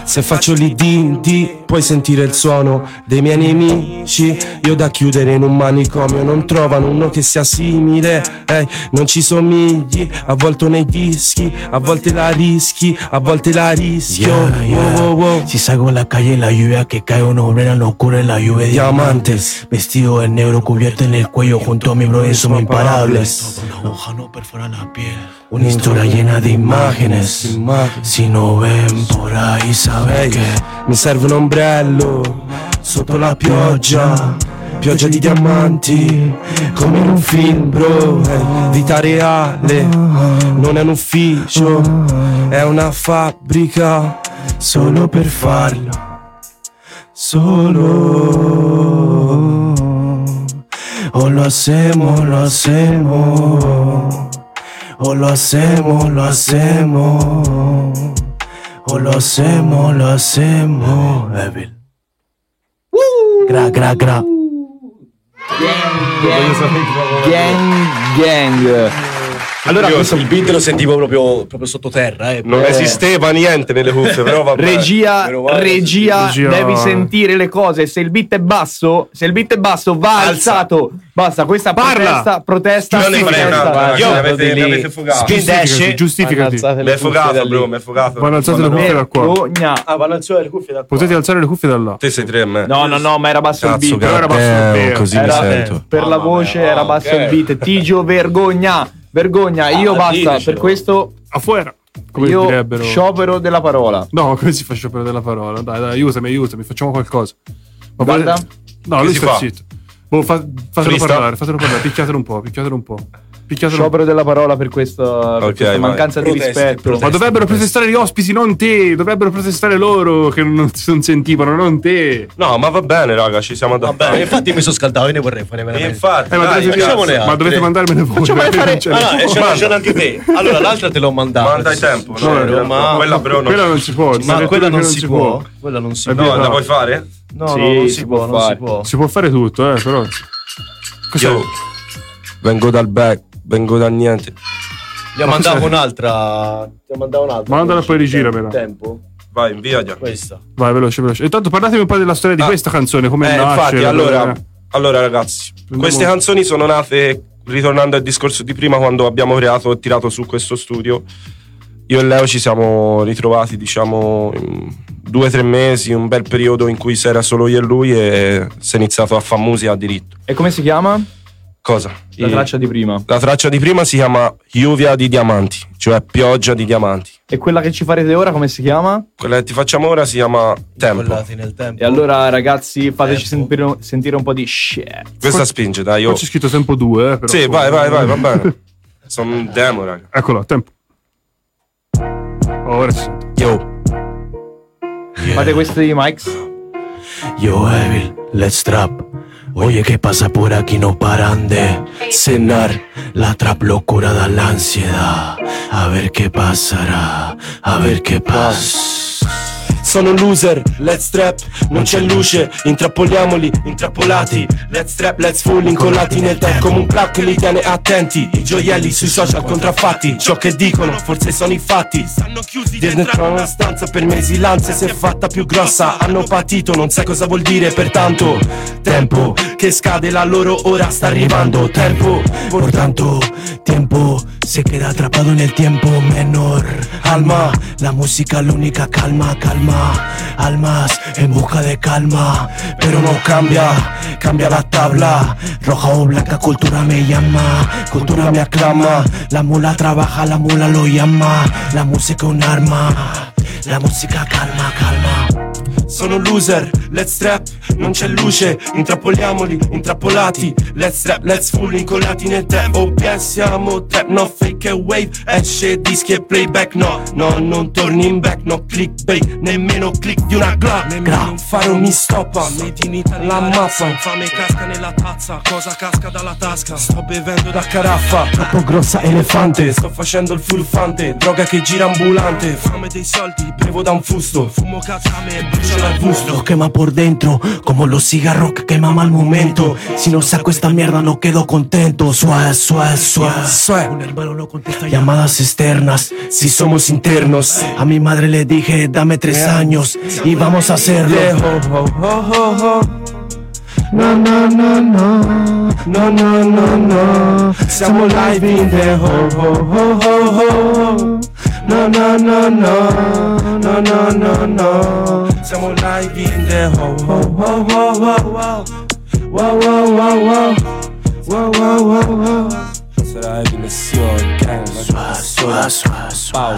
S9: Se faccio l'IDD puoi sentire il suono dei miei nemici Io da chiudere in un manicomio Non trovano uno che sia simile Ehi, non ci somigli A volte nei dischi A volte la rischi A volte la rischio Wow, wow, wow.
S14: Si salgo en la calle en la lluvia que cae una obrera locura en la lluvia de diamantes. Vestido de negro cubierto en el cuello junto a mi brother somos imparables.
S7: Hoja no perfora la piel.
S14: Una historia llena de imágenes. Si no ven por ahí saben que
S9: mi serve un ombrello sotto la pioggia. Pioggia di diamanti, come in un film, bro. Eh, Vita reale, non è un ufficio, è una fabbrica. Solo per farlo,
S14: solo. O lo hacemos, lo hacemos. O lo hacemos, lo hacemos. O lo hacemos, lo hacemos. Evil. Gra, gra, gra.
S4: Gang, gang.
S8: Allora, il beat lo sentivo proprio, proprio sottoterra. eh.
S9: Non
S8: Eh.
S9: esisteva niente nelle cuffie, però vabbè.
S4: Regia, regia,
S9: Regia.
S4: devi sentire le cose. Se il beat è basso, se il beat è basso, va alzato. Basta, questa
S3: Parla.
S4: protesta, protesta,
S9: Non ne
S4: protesta.
S9: frega, guarda,
S4: Io-
S9: mi avete, mi avete fugato.
S3: Giustificati, giustificati.
S9: Mi hai fugato, bro, mi hai fugato.
S3: Vanno alzate le cuffie da qua.
S8: Ah, vanno alzate le cuffie da qua.
S3: Potete alzare le cuffie da là.
S9: Te sei tre, me.
S4: No, no, no, ma era basso
S9: Cazzo,
S4: il beat.
S9: che
S4: Però era basso il
S9: eh,
S4: beat.
S9: così mi
S4: Era-
S9: sento.
S4: Per la voce era basso
S9: ok.
S4: il beat. Tigio, vergogna, vergogna. Io
S3: Ah,
S4: basta,
S3: ditecelo.
S4: per questo...
S3: Afuera. Come
S4: io
S3: direbbero.
S4: sciopero della parola.
S3: No, come si fa sciopero della parola? Dai, dai, aiutami, aiutami, facciamo qualcosa. Ma
S4: Guarda.
S3: volete- No,
S4: Che
S3: lui
S4: si
S3: sta
S4: fa?
S3: zitto. Boh, fa- fatelo
S4: Freestyle?
S3: parlare, fatelo parlare, picchiatelo un po', picchiatelo un po'. Picchiatelo un po'.
S4: Sciopero della parola per questa, per
S9: Ok,
S4: questa
S9: vai.
S4: mancanza di
S9: Proteste,
S4: rispetto.
S3: Ma dovrebbero protestare gli ospiti, non te. Dovrebbero protestare loro che non si non sentivano, non te. Eh,
S9: No, ma va bene, raga, ci siamo adattati.
S8: Eh, infatti mi sono scaldato, io ne vorrei fare veramente.
S9: Infatti,
S3: Eh, ma,
S9: dai,
S3: dovete,
S9: facciamone
S3: ma
S9: altre.
S3: dovete mandarmene voi.
S8: Facciamone
S3: perché
S8: fare-
S3: non ce
S8: Ah,
S3: ne
S8: no,
S3: sono.
S8: c'è- c'è anche te. Allora, l'altra te l'ho mandata.
S9: Manda i tempo.
S8: No,
S9: no,
S8: no,
S9: ma-
S8: no.
S9: Quella, bro, no.
S3: Quella non si può.
S8: Ma quella non si può.
S9: Quella non
S8: si
S3: può.
S9: No, la vuoi fare?
S8: No, no, non si può, non si può.
S3: Si può fare tutto, eh, però. Cos'è?
S9: Io vengo dal back, vengo da niente.
S8: Gli ho mandato un'altra. Ti ho mandato un'altra.
S3: Mandala poi rigiramela.
S8: Tempo.
S9: Vai, inviaglia.
S8: Questa.
S3: Vai, veloce, veloce. E tanto parlatemi un po' della storia di questa canzone, come
S9: Eh,
S3: nasce.
S9: infatti,
S3: la-
S9: allora, allora, ragazzi, queste canzoni sono nate, ritornando al discorso di prima, quando abbiamo creato e tirato su questo studio. Io e Leo ci siamo ritrovati, diciamo, in due o tre mesi, un bel periodo in cui c'era solo io e lui e si è iniziato a fare musica a diritto.
S4: E come si chiama?
S9: Cosa?
S4: La
S9: I-
S4: traccia di prima.
S9: La traccia di prima si chiama Juvia di diamanti, cioè pioggia di diamanti.
S4: E quella che ci farete ora come si chiama?
S9: Quella che ti facciamo ora si chiama Tempo.
S4: E allora ragazzi fateci sentire, sentire un po' di shit.
S9: Questa spinge, dai,
S3: Qua
S9: io.
S3: c'è scritto tempo 2, eh. Però,
S9: Sì, vai, vai, vai, va bene. Sono un demo, raga.
S3: Eccolo, tempo. Oh, ora si sente.
S9: Yo.
S4: Fate questi di Mike's.
S14: Yo, Evil, let's trap. Oye, ¿qué pasa por aquí? No paran de cenar. La trap locura da la ansiedad. A ver qué pasará. A ver qué pasa.
S9: Sono un loser, let's trap, non c'è luce, intrappoliamoli, intrappolati, let's trap, let's full, incollati nel tempo come un plug che li tiene attenti, i gioielli sui social contraffatti, ciò che dicono forse sono i fatti, stanno chiusi dentro a una stanza per mesi, l'ansia si è fatta più grossa, hanno patito, non sai cosa vuol dire pertanto, tempo che scade la loro ora sta arrivando, tempo,
S14: Por tanto, tiempo se queda atrapado en el tiempo menor. Alma, la música la única calma, calma. Almas en busca de calma, pero no cambia, cambia la tabla. Roja o blanca, cultura me llama, cultura me aclama. La mula trabaja, la mula lo llama. La música un arma. La musica calma, calma.
S9: Sono un loser, let's rap, non c'è luce, intrappoliamoli, intrappolati, let's rap, let's full, incollati nel tempo, OBS siamo trap, no fake e wave, esce dischi e playback, no, no, non torni in back, no clickbait, nemmeno click di una glock, nemmeno un faro mi stoppa, made in Italy, la mappa, infame casca nella tazza, cosa casca dalla tasca, sto bevendo da caraffa,
S14: Troppo grossa elefante.
S9: sto facendo il furfante, droga che gira ambulante, fame dei soldi, bevo da un fusto, fumo cazzame e brucio la
S14: Lo quema por dentro, como los cigarros que quemamos al momento. Si no saco esta mierda, no quedo contento. Suave, suave, suave. Llamadas externas, si somos internos. A mi madre le dije, dame tres años y vamos a hacerlo. No, no, no, no. No, no, no, no. Siamo live in the ho, ho, ho, ho, ho. No, no, no, no. No, no, no, no.
S9: Siamo live in the ho ho ho ho ho ho
S14: Wow, wow, wow, wow. Wow, wow, wow, wow.
S9: Sarà aggressione,
S8: eh,
S9: gang Sua,
S14: sua, sua, sua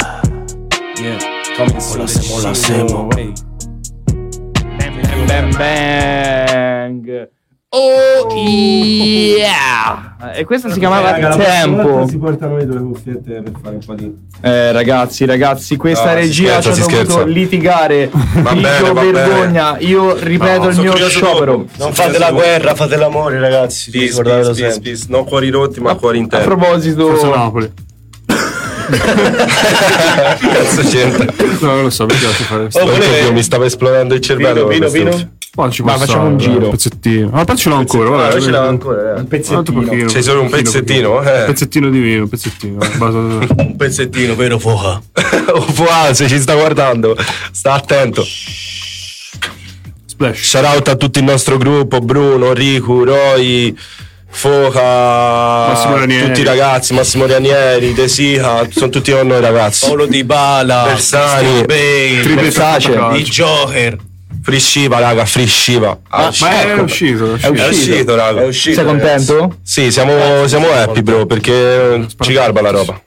S9: Yeah, come soon
S14: O la semo.
S4: Bang, bang, bang. Oh yeah! E questo si chiamava
S6: Raga, la prossima volta
S4: Tempo.
S6: Si portano le due cuffiette per fare un po' di.
S4: Eh, ragazzi, ragazzi, questa
S6: No, si
S4: regia
S6: scherza,
S4: ci ha
S6: si
S4: dovuto
S6: scherza.
S4: litigare.
S6: bene,
S4: io
S6: va bene.
S4: vergogna, io ripeto
S9: No,
S4: il
S9: sono
S4: mio
S9: curioso
S4: sciopero.
S9: dopo.
S8: Non fate la guerra, fate l'amore, ragazzi.
S9: Peace, peace, peace, peace. Non cuori rotti, ma cuori
S4: A
S9: interni.
S4: proposito,
S9: Oh. Cazzo c'entra?
S3: No, non lo so, mi piace fare
S9: Oh, volevi-
S3: mi stava esplodando il
S9: cervello Vino, vino, questo. vino?
S3: Ma, ci
S9: Ma
S3: può
S9: facciamo
S3: stare,
S9: un
S3: dai,
S9: giro.
S3: Un pezzettino. Ma poi ce l'ho ancora.
S9: Pezzettino,
S3: guarda,
S9: io ce l'avevo
S3: eh,
S9: ancora, eh.
S3: tanto
S9: Un pezzettino.
S3: pochino,
S9: C'è solo un pezzettino,
S3: pochino.
S9: eh.
S3: Pezzettino di vino, un pezzettino. eh, un
S8: pezzettino, vero Foca?
S9: Fuà, Oh, se ci sta guardando, sta attento.
S3: Splash.
S9: Shout out a tutto il nostro gruppo, Bruno, Riku, Roy,
S3: Massimo
S9: Foca,
S3: Ranieri.
S9: tutti i ragazzi, Massimo Ranieri, De Sica, sono tutti con noi ragazzi.
S8: Paolo Di Bala,
S9: Bersani,
S8: Triple Sace,
S9: I
S8: i Joker.
S9: Free Shiva, raga, Free Shiva.
S8: Ah, ma è
S9: ecco.
S3: uscito,
S9: è uscito, raga.
S8: È uscito,
S9: Sei
S8: ragazzi.
S9: contento? Sì, siamo, siamo happy, bro, perché ci garba la roba.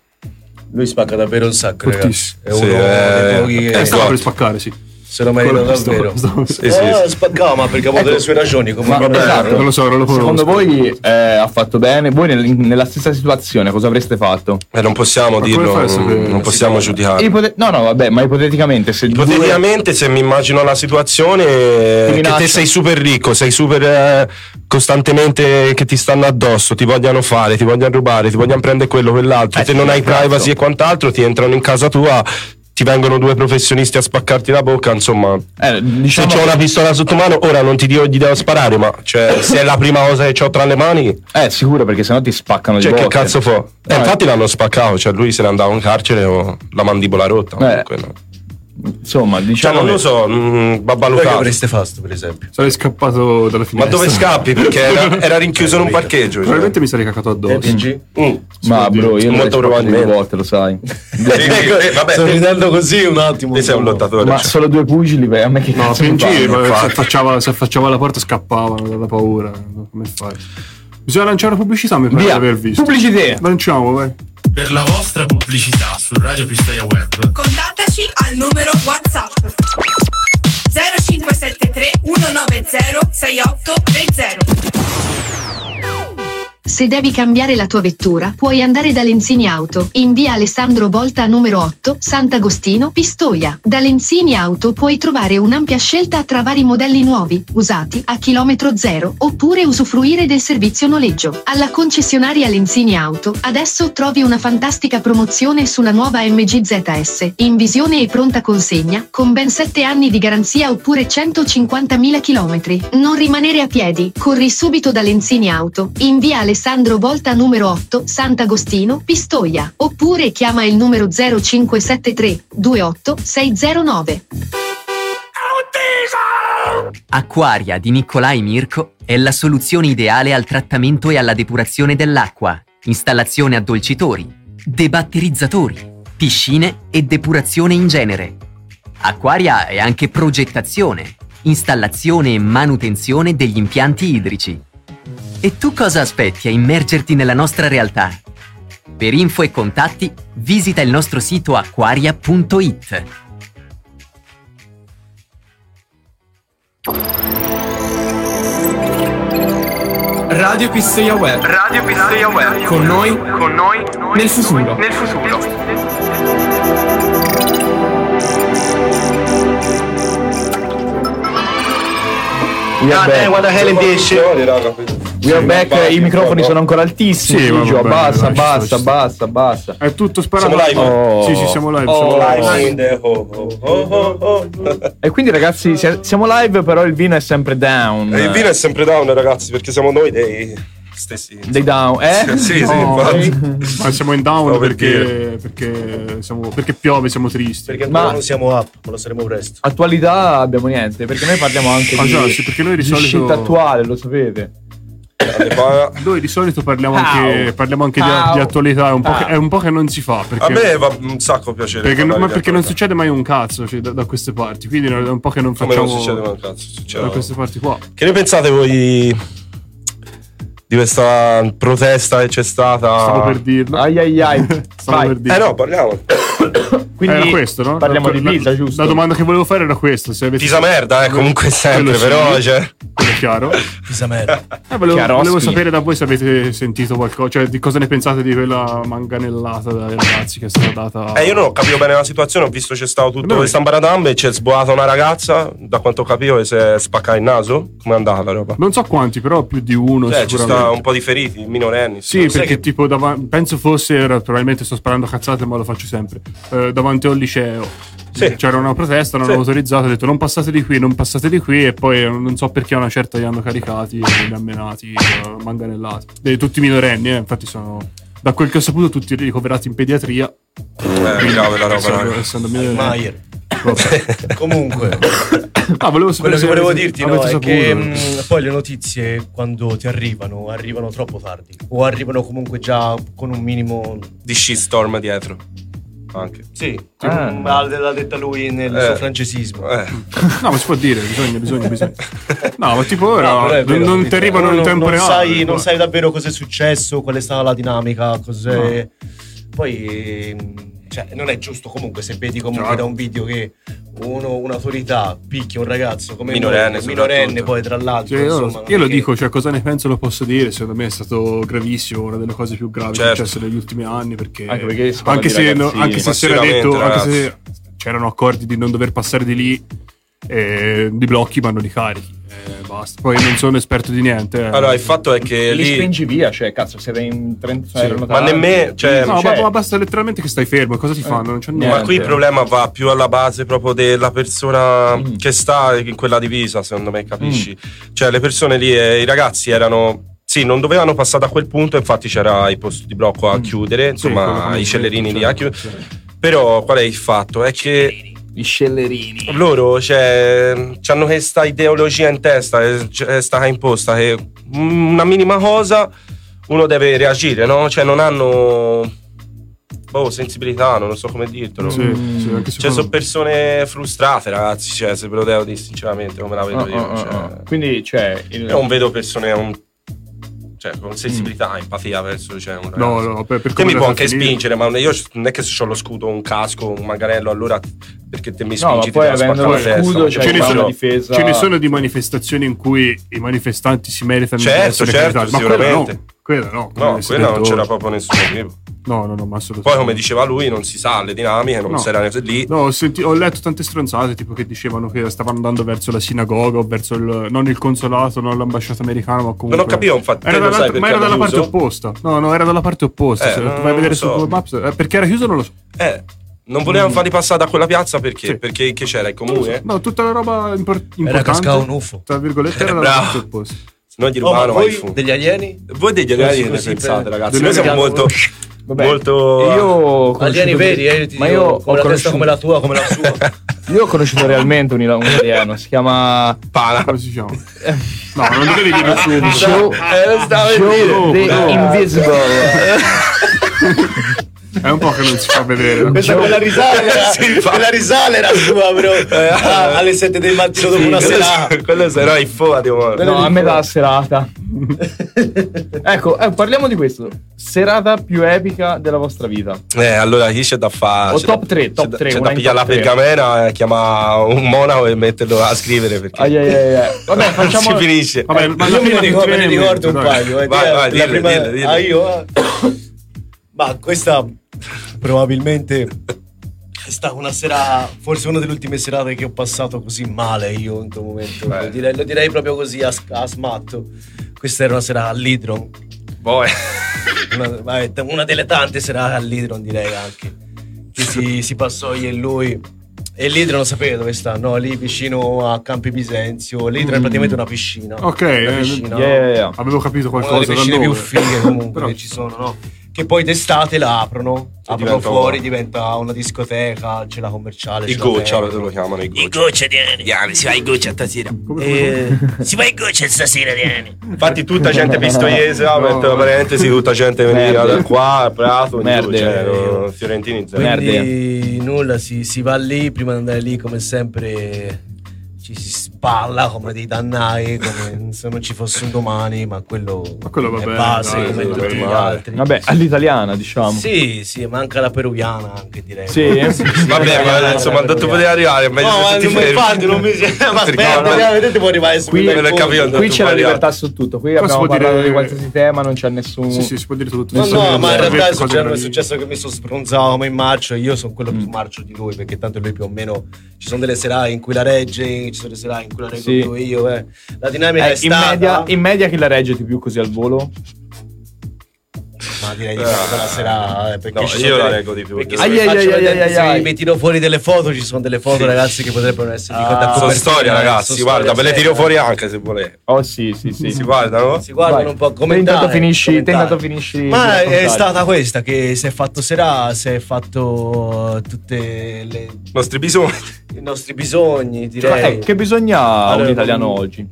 S8: Lui spacca davvero un sacco, ragazzi. È uno
S9: Sì,
S8: dei
S9: eh,
S8: pochi che-
S9: è
S3: Stava per spaccare, sì.
S8: Se lo merita
S3: Quello-
S8: davvero.
S3: stavo-
S8: Eh, spaccava, ma perché ha avuto
S4: Ecco.
S8: le sue ragioni. Come
S4: Ma- esatto.
S8: no?
S4: Secondo voi eh, ha fatto bene? Voi nel- nella stessa situazione cosa avreste fatto?
S9: Eh, non possiamo
S4: Ma come
S9: dirlo,
S4: fai a sapere?
S9: non possiamo giudicare.
S4: Ipote- no, no, vabbè, ma ipoteticamente se due-
S9: Ah. Ipoteticamente, se mi immagino la situazione, eh, che
S4: minaccia.
S9: te sei super ricco, sei super eh, costantemente che ti stanno addosso, ti vogliono fare, ti vogliono rubare, ti vogliono prendere quello, quell'altro,
S4: Eh,
S9: te non
S4: sì,
S9: hai
S4: cazzo.
S9: privacy e quant'altro, ti entrano in casa tua, ti vengono due professionisti a spaccarti la bocca, insomma.
S4: Eh, diciamo
S9: se c'ho una pistola sotto mano, ora non ti dico gli devo sparare, ma cioè, se è la prima cosa che ho tra le mani.
S4: Eh, sicuro, perché sennò ti spaccano di
S9: Cioè, che
S4: botte.
S9: cazzo fa? Eh, infatti l'hanno spaccato, cioè lui se ne andava in carcere o la mandibola rotta. comunque, no.
S4: Insomma,
S9: Cioè,
S4: diciamo
S9: non lo
S4: che-
S9: so, mm, va
S8: Voi che
S9: valutato.
S8: avreste fatto, per esempio?
S3: Sarei scappato dalla
S9: Ma
S3: finestra.
S9: dove scappi? Perché era, era rinchiuso in un parcheggio.
S3: ecco.
S9: cioè.
S3: Probabilmente mi sarei cacato addosso.
S4: Ma bro, io
S9: Mm. Molto
S4: probabilmente
S9: probabilmente.
S4: volte, lo sai.
S9: Eh, Sto
S8: Ecco, ridendo così un attimo.
S9: sei un lottatore.
S4: ma
S9: cioè.
S4: solo due pugili, beh, a me che
S3: No,
S4: cazzo mi
S3: PNG
S4: fanno?
S3: ma se
S4: Infatti.
S3: affacciava, se affacciava la porta scappavano dalla paura. Come fai? Bisogna lanciare una pubblicità, mi pare di
S15: Via,
S3: aver visto.
S4: Pubblicità!
S3: Lanciamo, vai.
S15: Per la vostra pubblicità su Radio Pistoia Web.
S1: Contattaci al numero WhatsApp 0573 190 6820.
S11: Se devi cambiare la tua vettura, puoi andare da Lenzini Auto, in via Alessandro Volta numero 8, Sant'Agostino, Pistoia. Da Lenzini Auto puoi trovare un'ampia scelta tra vari modelli nuovi, usati, a chilometro zero, oppure usufruire del servizio noleggio. Alla concessionaria Lenzini Auto, adesso trovi una fantastica promozione sulla nuova MG ZS, in visione e pronta consegna, con ben 7 anni di garanzia oppure 150.000 km. Non rimanere a piedi, corri subito da Lenzini Auto, in via Alessandro Volta numero 8, Sant'Agostino, Pistoia, oppure chiama il numero 0573 28609.
S16: Acquaria di Nicolai Mirko è la soluzione ideale al trattamento e alla depurazione dell'acqua, installazione addolcitori, debatterizzatori, piscine e depurazione in genere. Acquaria è anche progettazione, installazione e manutenzione degli impianti idrici. E tu cosa aspetti a immergerti nella nostra realtà? Per info e contatti visita il nostro sito acquaria.it.
S17: Radio Pistoia Web. Radio Pistoia Web. Con noi. Con noi. Nel futuro. Nel futuro.
S4: We are
S12: Ah,
S4: back.
S12: dai, guarda Helen di esce.
S4: We are back, i microfoni sono ancora altissimi.
S12: Sì, va
S4: Gigio,
S12: bene,
S4: abbassa,
S12: dai, ci sto, ci
S4: abbassa, abbassa, abbassa.
S3: È tutto
S12: sparato. Siamo live?
S3: Sì, sì, siamo live,
S12: siamo
S9: Oh.
S12: live.
S8: oh,
S4: E quindi, ragazzi, si- siamo live, però il vino è sempre down.
S9: E il vino è sempre down, ragazzi, perché siamo noi dei stessi.
S4: Dei down, eh?
S9: Sì, sì,
S4: No,
S9: infatti.
S3: Oh, eh. Ma siamo in down
S9: Stavo per
S3: perché, perché siamo- perché piove, siamo tristi.
S8: Perché
S4: ancora Ma- non
S8: siamo up, ma lo saremo presto.
S4: Attualità abbiamo niente, perché noi parliamo anche
S3: Ah,
S4: di,
S3: già, sì, perché noi di
S4: di
S3: solito-
S4: shit attuale, lo sapete.
S3: Noi di solito parliamo anche,
S9: Au.
S3: parliamo anche di,
S9: Au.
S3: di attualità, è un, po che,
S9: Ah.
S3: è un po' che non si fa. Perché,
S9: A me va un sacco piacere.
S3: perché non,
S9: parlare
S3: ma
S9: di
S3: perché non
S9: attualità.
S3: succede mai un cazzo cioè, da, da queste parti, quindi è un po' che non
S9: Come
S3: facciamo...
S9: non succede mai un cazzo, succede-
S3: Da queste parti qua.
S9: Che ne pensate voi di questa protesta che c'è stata?
S3: Stavo per dirlo.
S4: Ai ai ai.
S3: Stavo per dirlo.
S9: Eh no, parliamo.
S4: Quindi
S3: era questo, no?
S4: parliamo
S3: La-
S4: di
S3: la-
S4: pizza, giusto?
S3: La domanda che volevo fare era questa. Se avete...
S9: Pisa merda, eh, comunque sempre,
S3: Quello
S9: però,
S3: sì.
S9: cioè.
S3: È chiaro.
S8: Pisa merda.
S3: Eh, volevo,
S9: Chiaroschi.
S3: volevo sapere da voi se avete sentito qualcosa, cioè di cosa ne pensate di quella manganellata dai ragazzi che è stata data.
S9: Eh, io non ho capito bene la situazione, ho visto c'è stato tutto questa ambaradamba e c'è sboata una ragazza, da quanto capivo, e si è spaccata il naso. Come andava la roba?
S3: Non so quanti, però più di uno
S9: Cioè, ci
S3: sicuramente.
S9: sta un po' di feriti, minorenni.
S3: Sì,
S9: Sai
S3: perché
S9: che-
S3: tipo dava- penso fosse, ora probabilmente sto sparando cazzate, ma lo faccio sempre. eh, davanti al liceo
S9: Sì.
S3: c'era una protesta, non
S9: Sì.
S3: hanno autorizzato, ho detto non passate di qui, non passate di qui, e poi eh, non so perché a una certa li hanno caricati, e li hanno menati, eh, manganellati. Eh, tutti minorenni, eh, infatti sono. Da quel che ho saputo, tutti ricoverati in pediatria.
S9: Eh, mi cavo la roba,
S3: Essendo-
S9: raga.
S3: essendo minorenni.
S8: Maier.
S3: Vabbè.
S8: Comunque,
S3: Ah, volevo sapere
S8: quello che
S3: se
S8: volevo
S3: avete-
S8: dirti no,
S3: avete
S8: è
S3: saputo.
S8: che mm, mh, poi le notizie quando ti arrivano arrivano troppo tardi o arrivano comunque già con un minimo
S9: Di shitstorm dietro. Anche.
S8: Sì,
S3: Ah.
S8: mm, l'ha l'ha detta lui nel
S9: Eh.
S8: suo francesismo.
S3: No, ma si può dire, bisogna, bisogna, bisogna. No, ma tipo ora
S8: No, però è
S3: non-
S8: vero,
S3: non ti
S8: capito?
S3: arrivano
S8: Non-
S3: in tempo
S8: non
S3: reale.
S8: sai, non
S3: guarda.
S8: sai davvero cosa è successo, qual è stata la dinamica, cos'è. Poi mh, cioè, non è giusto comunque se vedi comunque
S9: Certo.
S8: da un video che uno, un'autorità picchia un ragazzo come
S9: Minorenne,
S8: noi,
S9: soprattutto.
S8: minorenne poi tra l'altro.
S3: Cioè, io,
S8: insomma,
S3: io
S8: non
S3: lo
S8: è che-
S3: dico, cioè, cosa ne penso lo posso dire. Secondo me è stato gravissimo, una delle cose più gravi
S9: Certo.
S3: successe negli ultimi anni. Perché,
S4: Anche perché si parla
S3: anche
S4: di
S3: se, no-
S4: ragazzini.
S3: anche se
S4: Ma
S3: si era
S4: sicuramente,
S3: detto, anche
S4: ragazzi.
S3: se c'erano accordi di non dover passare di lì, eh, di blocchi vanno di carichi. eh, basta. Poi non sono esperto di niente. eh.
S9: Allora, il fatto è che
S4: Li
S9: lì.
S4: spingi via, cioè, cazzo, siete in eh, 30
S9: Sì. Ma nemmeno. Cioè,
S3: no, ma, ma basta letteralmente che stai fermo. Cosa ti
S4: Eh,
S3: fanno? Non c'è nulla.
S9: Ma qui il problema va più alla base proprio della persona che sta in quella divisa, secondo me, capisci? Cioè, le persone lì, eh, i ragazzi erano. Sì, non dovevano passare da quel punto, infatti c'era i posti di blocco a chiudere,
S3: quello che
S9: insomma,
S3: mi
S9: i
S3: dicevi,
S9: scellerini lì
S3: cioè,
S9: a chiudere. Però qual è il fatto? È che. I scellerini. Loro cioè, hanno questa ideologia in testa, eh, c- è stata imposta che una minima cosa uno deve reagire, no? Cioè, non hanno. Boh, sensibilità, non lo so come dirtelo.
S3: Sì, sì, anche
S9: Cioè, sono persone frustrate, ragazzi. Cioè, se ve lo devo dire sinceramente, come la vedo
S4: Ah,
S9: io.
S4: ah,
S9: cioè.
S4: ah, ah. Quindi, cioè, il-
S9: Io non vedo persone con- cioè, con sensibilità, empatia verso cioè, un
S3: No,
S9: ragazzo.
S3: no, per, per
S9: Te
S3: come
S9: mi
S3: è
S9: può
S3: andata
S9: anche
S3: a finire.
S9: spingere, ma io non è che se ho lo scudo, un casco, un manganello, allora t- perché te mi
S4: No, ma
S9: spingi ti
S4: poi
S9: devo
S4: avendo
S9: spaccare
S4: lo
S9: la testa.
S4: scudo, cioè,
S9: Cioè,
S4: il
S9: no.
S4: fa una difesa.
S3: Ce ne sono di manifestazioni in cui i manifestanti si meritano di
S9: Certo,
S3: essere
S9: certo,
S3: caricati, ma quella no.
S9: sicuramente.
S3: Quella no, come
S9: No,
S3: si è
S9: quella non
S3: detto.
S9: c'era proprio nessun motivo.
S3: No, no, no, ma assolutamente.
S9: Poi, come diceva lui, non si sa le dinamiche, non
S3: No.
S9: si era lì.
S3: No, ho, senti- ho letto tante stronzate, tipo che dicevano che stavano andando verso la sinagoga o verso il, non il consolato, non l'ambasciata americana, ma comunque.
S9: Non ho capito, infatti,
S3: Era
S9: te lo sai
S3: dall'altra-
S9: perché
S3: ma era
S9: hanno
S3: dalla parte
S9: chiuso?
S3: opposta. No, no, era dalla parte opposta.
S9: Eh,
S3: se
S9: non
S3: vai a vedere
S9: lo
S3: su
S9: so.
S3: Google Maps, eh, perché era chiuso non lo so.
S9: Eh, non volevano farli passare da quella piazza perché?
S3: Sì.
S9: Perché che c'era il
S3: Non lo so.
S9: comune?
S3: No, tutta la roba impor- importante.
S9: cascato un UFO.
S3: Tra virgolette, era
S9: Eh,
S3: dalla
S9: bravo.
S3: parte opposta.
S9: Se no gli
S3: Oh, ma
S9: rubavano
S3: voi
S9: il fumo.
S8: degli alieni?
S9: Voi degli
S8: Così,
S9: alieni ne
S8: così,
S9: pensate,
S8: per-
S9: ragazzi.
S8: Degli
S9: Noi siamo
S8: alieni-
S9: molto.
S4: Vabbè.
S9: molto
S4: Io ho
S8: Alieni
S4: conosciuto-
S8: veri, eh, io ti
S4: ma
S8: dico,
S4: io
S8: con
S4: ho
S8: la testa
S4: conosciuto-
S8: come la tua, come la sua.
S4: Io ho conosciuto realmente un, un italiano, si chiama...
S9: Pala.
S3: Come si chiama? No, non dovevi dire subito.
S4: Joe,
S3: Eh, lo stavo per
S4: Joe
S3: dire.
S4: the
S3: No.
S4: Invisible.
S3: È un po' che non si fa vedere.
S8: Questa quella risale, quella risale era sua, bro.
S4: Eh,
S8: Ah, alle 7 del mattino dopo una serata.
S9: Quello sarà il foa di amore.
S4: No, a metà serata. ecco, eh, parliamo di questo. Serata più epica della vostra vita.
S9: Eh, allora chi c'è da fare?
S4: O
S9: C'è
S4: top
S9: da-
S4: tre, top
S9: c'è da-
S4: tre,
S9: C'è
S4: una
S9: da
S4: in
S9: pigliare la
S4: top tre.
S9: pergamena, eh, chiama un monaco e metterlo a scrivere perché
S4: Ai, ai, ai, ai. Vabbè, facciamo...
S9: si finisce.
S4: Vabbè, ma alla
S8: Io me ne
S4: fine
S8: ricordo, me ne
S4: tutti
S8: ricordo un
S4: dai.
S8: paio. eh,
S9: Vai,
S8: la-
S9: vai,
S8: la
S9: dille,
S8: prima-
S9: dille, dille.
S8: Ah, io? eh. Ma questa probabilmente è stata una sera, forse una delle ultime serate che ho passato così male io in quel momento. Lo direi, lo direi proprio così a, sc- a smatto. Questa era una sera all'idron.
S9: Boh, eh,
S8: Una, vabbè, t- una delle tante serate all'idron direi anche. Che si, si passò io e lui. E l'idron lo sapete dove sta, no? Lì vicino a Campi Bisenzio. L'idron è
S3: Mm.
S8: praticamente una piscina.
S3: Ok,
S8: una
S3: eh,
S8: piscina.
S3: yeah, yeah, yeah.
S8: Ah,
S3: avevo capito
S8: Una delle
S3: qualcosa. da
S8: piscine
S3: dove.
S8: più fighe comunque
S3: Però-
S8: che ci sono, no? Che poi d'estate la aprono, aprono
S9: diventa
S8: fuori,
S9: un-
S8: diventa una discoteca, c'è la commerciale.
S9: il
S8: c'è la
S9: goccia
S8: terra.
S9: lo chiamano il
S18: I goccia, Diani. si va in goccia stasera. Eh, si va in goccia stasera, Diani.
S9: Infatti tutta gente pistoiese, ah, metto la parentesi, tutta gente veniva
S8: Merde.
S9: da qua, a Prato, di
S8: Merde.
S9: giù,
S4: eh.
S9: cioè, no, fiorentini zero.
S8: Quindi nulla, si, si va lì, prima di andare lì come sempre ci si spalla come dei dannai, come se non ci fosse un domani, ma quello,
S4: quello
S8: è
S4: va bene,
S8: base
S4: dai,
S8: come
S4: quello
S8: tutti
S4: va
S8: gli
S4: bene.
S8: altri.
S4: Vabbè, all'italiana, diciamo.
S8: Sì, sì, ma anche la peruviana anche direi.
S4: Sì?
S9: Vabbè, ma insomma, dove potevi arrivare? È meglio se
S8: No, ma
S9: ti
S8: non mi
S9: fermi.
S8: infatti, non mi Ma
S9: Perché
S8: aspetta,
S9: no?
S8: vedete può
S4: Qui,
S8: arrivare subito. al fondo.
S4: qui c'è la libertà su tutto, qui
S8: Qua si
S4: abbiamo
S8: può
S4: parlato
S8: dire-
S4: di qualsiasi tema, non c'è nessun...
S8: Sì, sì,
S3: si può dire tutto.
S8: No, no, ma in realtà è
S4: cosa
S8: successo, è
S4: meravigliosa.
S8: successo che mi sono sbronzato come in marcio. Io sono quello
S9: Mm.
S8: più marcio di lui, perché tanto lui più o meno ci sono delle serate in cui la regge, ci sono delle serate in cui la reggo
S4: Sì.
S8: più io. eh. La dinamica
S4: Eh,
S8: è
S4: in,
S8: stata.
S4: media, in media chi la regge di più così al volo?
S8: Ma direi di fare quella serata. eh, perché
S9: No,
S8: ci sono
S9: io la
S8: delle-
S9: reggo di più.
S8: Perché
S9: Ai,
S8: se vi
S9: ai,
S8: faccio
S9: ai,
S8: vedere-
S9: ai, ai,
S8: se vi
S9: ai.
S8: mi tiro fuori delle foto, ci sono delle foto,
S9: Sì.
S8: ragazzi, che potrebbero essere di contatto.
S9: Sono storie, ragazzi, guarda, ve le tiro fuori anche se volete.
S4: Oh sì, sì, sì.
S9: Si guardano?
S8: Si guardano un po' come
S4: intanto finisci, te intanto finisci di
S8: Ma è
S4: raccontare.
S8: stata questa che si è fatto sera, si è fatto eh, tutte le,
S9: I nostri bisogni.
S8: i nostri bisogni,
S4: Ma,
S9: Cioè,
S8: direi.
S4: eh, che bisogna ha
S8: cioè- Allora, mm.
S4: un italiano
S8: non-
S4: oggi?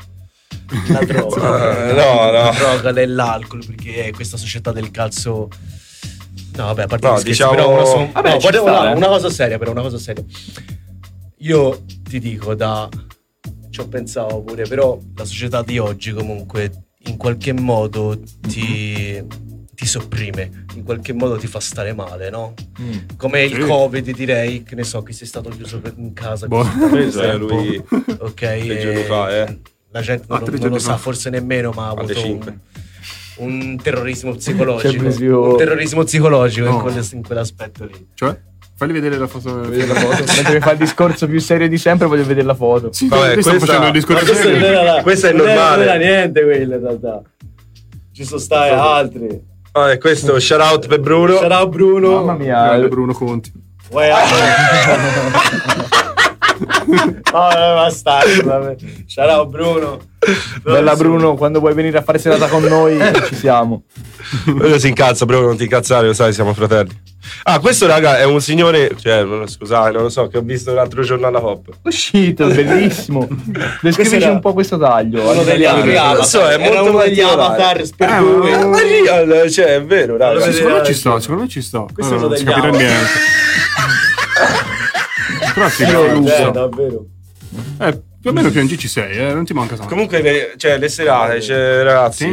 S8: La droga.
S9: Eh, no, no.
S8: La droga dell'alcol, perché è questa società del calcio. No, vabbè, a parte
S9: No,
S8: gli scherzi,
S9: diciamo-
S8: però uno sono-
S9: Vabbè,
S8: no,
S9: ci
S8: guarda-
S9: sta,
S8: no,
S9: eh.
S8: una cosa seria, però una cosa seria. Io ti dico da ci ho pensato pure, però la società di oggi comunque in qualche modo ti ti sopprime, in qualche modo ti fa stare male, no? Come il
S9: Mm. Sì.
S8: Covid, direi, che ne so, che sei stato chiuso per- in casa
S9: Boh,
S8: così tanto
S9: questo era
S8: tempo.
S9: lui
S8: Ok,
S9: tre
S8: eh,
S9: giorni fa, eh.
S8: la gente non,
S9: Ah, tre
S8: non
S9: giorni
S8: lo
S9: fa.
S8: sa forse nemmeno, ma ha
S9: Alle
S8: avuto un,
S9: cinque.
S8: un terrorismo
S3: C'è il
S8: psicologico.
S3: brisio-
S8: Un terrorismo psicologico in,
S3: No.
S8: quel- in quell'aspetto lì.
S3: Cioè, fagli vedere la foto.
S4: Vedere la foto. Mentre mi fa il discorso più serio di sempre, voglio vedere la foto.
S3: Sì, Vabbè, noi stiamo questa- facendo il discorso
S8: Ma questo non era la-
S9: Questo è
S8: non era-
S9: normale.
S8: Non era niente quello in realtà. Ci sono state altre.
S9: Vabbè, questo shout out per Bruno.
S8: Shout out Bruno. Mamma
S4: mia. eh,
S3: Bruno Conti.
S8: Vai a- Vabbè, bastardo, vabbè. Ciao Bruno.
S4: Bella Bruno, quando vuoi venire a fare serata con noi, ci siamo.
S9: Quello si incazza, Bruno, non ti incazzare, lo sai, siamo fratelli. Ah, questo raga è un signore, cioè, non lo- scusate, non lo so, che ho visto l'altro giorno alla Hop.
S4: Uscito, bellissimo. Descrivici
S9: era-
S4: un po' questo taglio.
S9: Uno degli
S4: all'italiano.
S9: altri avatar. Lo so, è molto particolare. Eh, ma- ma real, cioè, è vero, raga.
S3: Sì, secondo me Ah. ci sto, secondo me ci sto.
S9: Questo
S3: Allora,
S9: lo
S3: non si
S9: tagliamo.
S3: capirà niente. Però sì,
S9: Eh,
S3: è
S9: cioè,
S3: lusso.
S8: davvero.
S3: Eh, più o meno PNG ci sei, eh, non ti manca tanto.
S9: Comunque, le- cioè, le serate, cioè, ragazzi.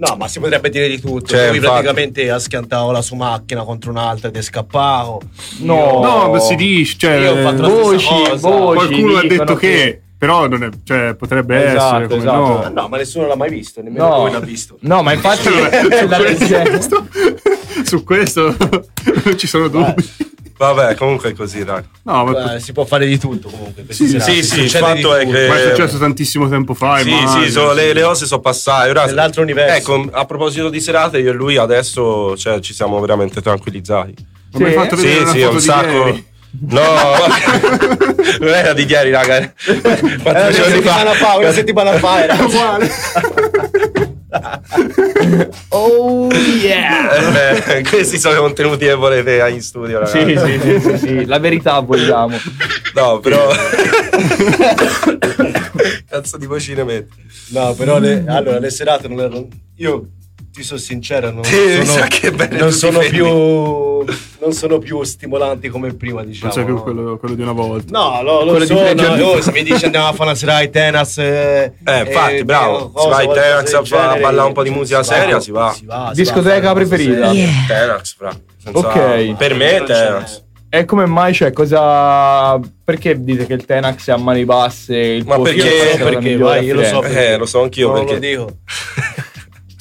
S8: No, ma si potrebbe dire di tutto.
S9: Cioè,
S8: Lui
S9: infatti.
S8: praticamente ha schiantato la sua macchina contro un'altra ed è scappato.
S3: No, ma si dice, cioè,
S8: Oh. Io ho fatto la stessa cosa.
S3: qualcuno ha detto che, però non è, cioè, potrebbe
S8: Esatto,
S3: essere come
S8: esatto.
S3: no.
S8: Ah, no, ma nessuno l'ha mai visto, nemmeno
S3: No.
S8: lui l'ha visto.
S4: No, ma infatti
S3: Cioè,
S4: la leggenda- Eh.
S3: Su questo non ci sono dubbi.
S9: Vabbè, comunque è così, raga.
S3: No, ma
S8: Beh, Cioè, si può fare di tutto comunque. queste
S9: Sì,
S8: serate.
S9: sì, sì, il
S8: Succede di
S9: fatto è
S8: tutto.
S9: che-
S3: Ma è successo tantissimo tempo fa.
S9: Sì,
S3: immagino.
S9: sì, sono- le, le cose sono passate. Ora,
S8: Nell'altro universo.
S9: Ecco, a proposito di serate, io e lui adesso cioè, ci siamo veramente tranquillizzati.
S3: Ma mi hai fatto vedere
S9: sì,
S3: una
S9: sì,
S3: foto
S9: un
S3: di
S9: sacco.
S3: ieri?
S9: No, non era di ieri, raga. Quattro
S8: Era una
S9: giorni Eh, fa. Eh,
S8: settimana fa, una settimana fa era.
S4: Oh yeah!
S9: Eh, beh, questi sono i contenuti che volete in studio, ragazzi.
S4: Sì, sì, sì, sì, sì, la verità vogliamo.
S9: No, però. Cazzo di vocine metti.
S8: No, però le, allora, le serate non erano. Io ti sono sincero, non
S9: Sì, mi
S8: sono,
S9: sa che è bene,
S8: non
S9: tutti
S8: sono
S9: fermi.
S8: più, non sono più stimolanti come prima,
S3: Non
S8: diciamo.
S3: c'è più
S8: no?
S3: quello, quello di una volta.
S8: No, lo, lo
S3: Quello di
S8: so,
S3: tre
S8: no,
S3: giorni
S8: oh,
S3: fa.
S8: se mi dici andiamo a fare una serata di tennis... Eh,
S9: infatti,
S8: eh,
S9: bravo.
S8: cosa,
S9: Si va in
S8: qualcosa
S9: Tenax
S8: del
S9: a fa-
S8: genere,
S9: ballare un po' di
S8: si
S9: musica
S8: va,
S9: seria, si va.
S8: va, si
S4: Discoteca preferita.
S9: Tenax, fra. Senza-
S4: Ok.
S9: Per me Tenax.
S4: E come mai, cioè, cosa. Perché dite che il Tenax è a mani basse? Il
S9: Ma
S4: tuo film è
S9: perché?
S4: la cosa migliore a Firenze?
S9: Eh, lo so anch'io
S8: Non lo
S9: perché.
S8: dico.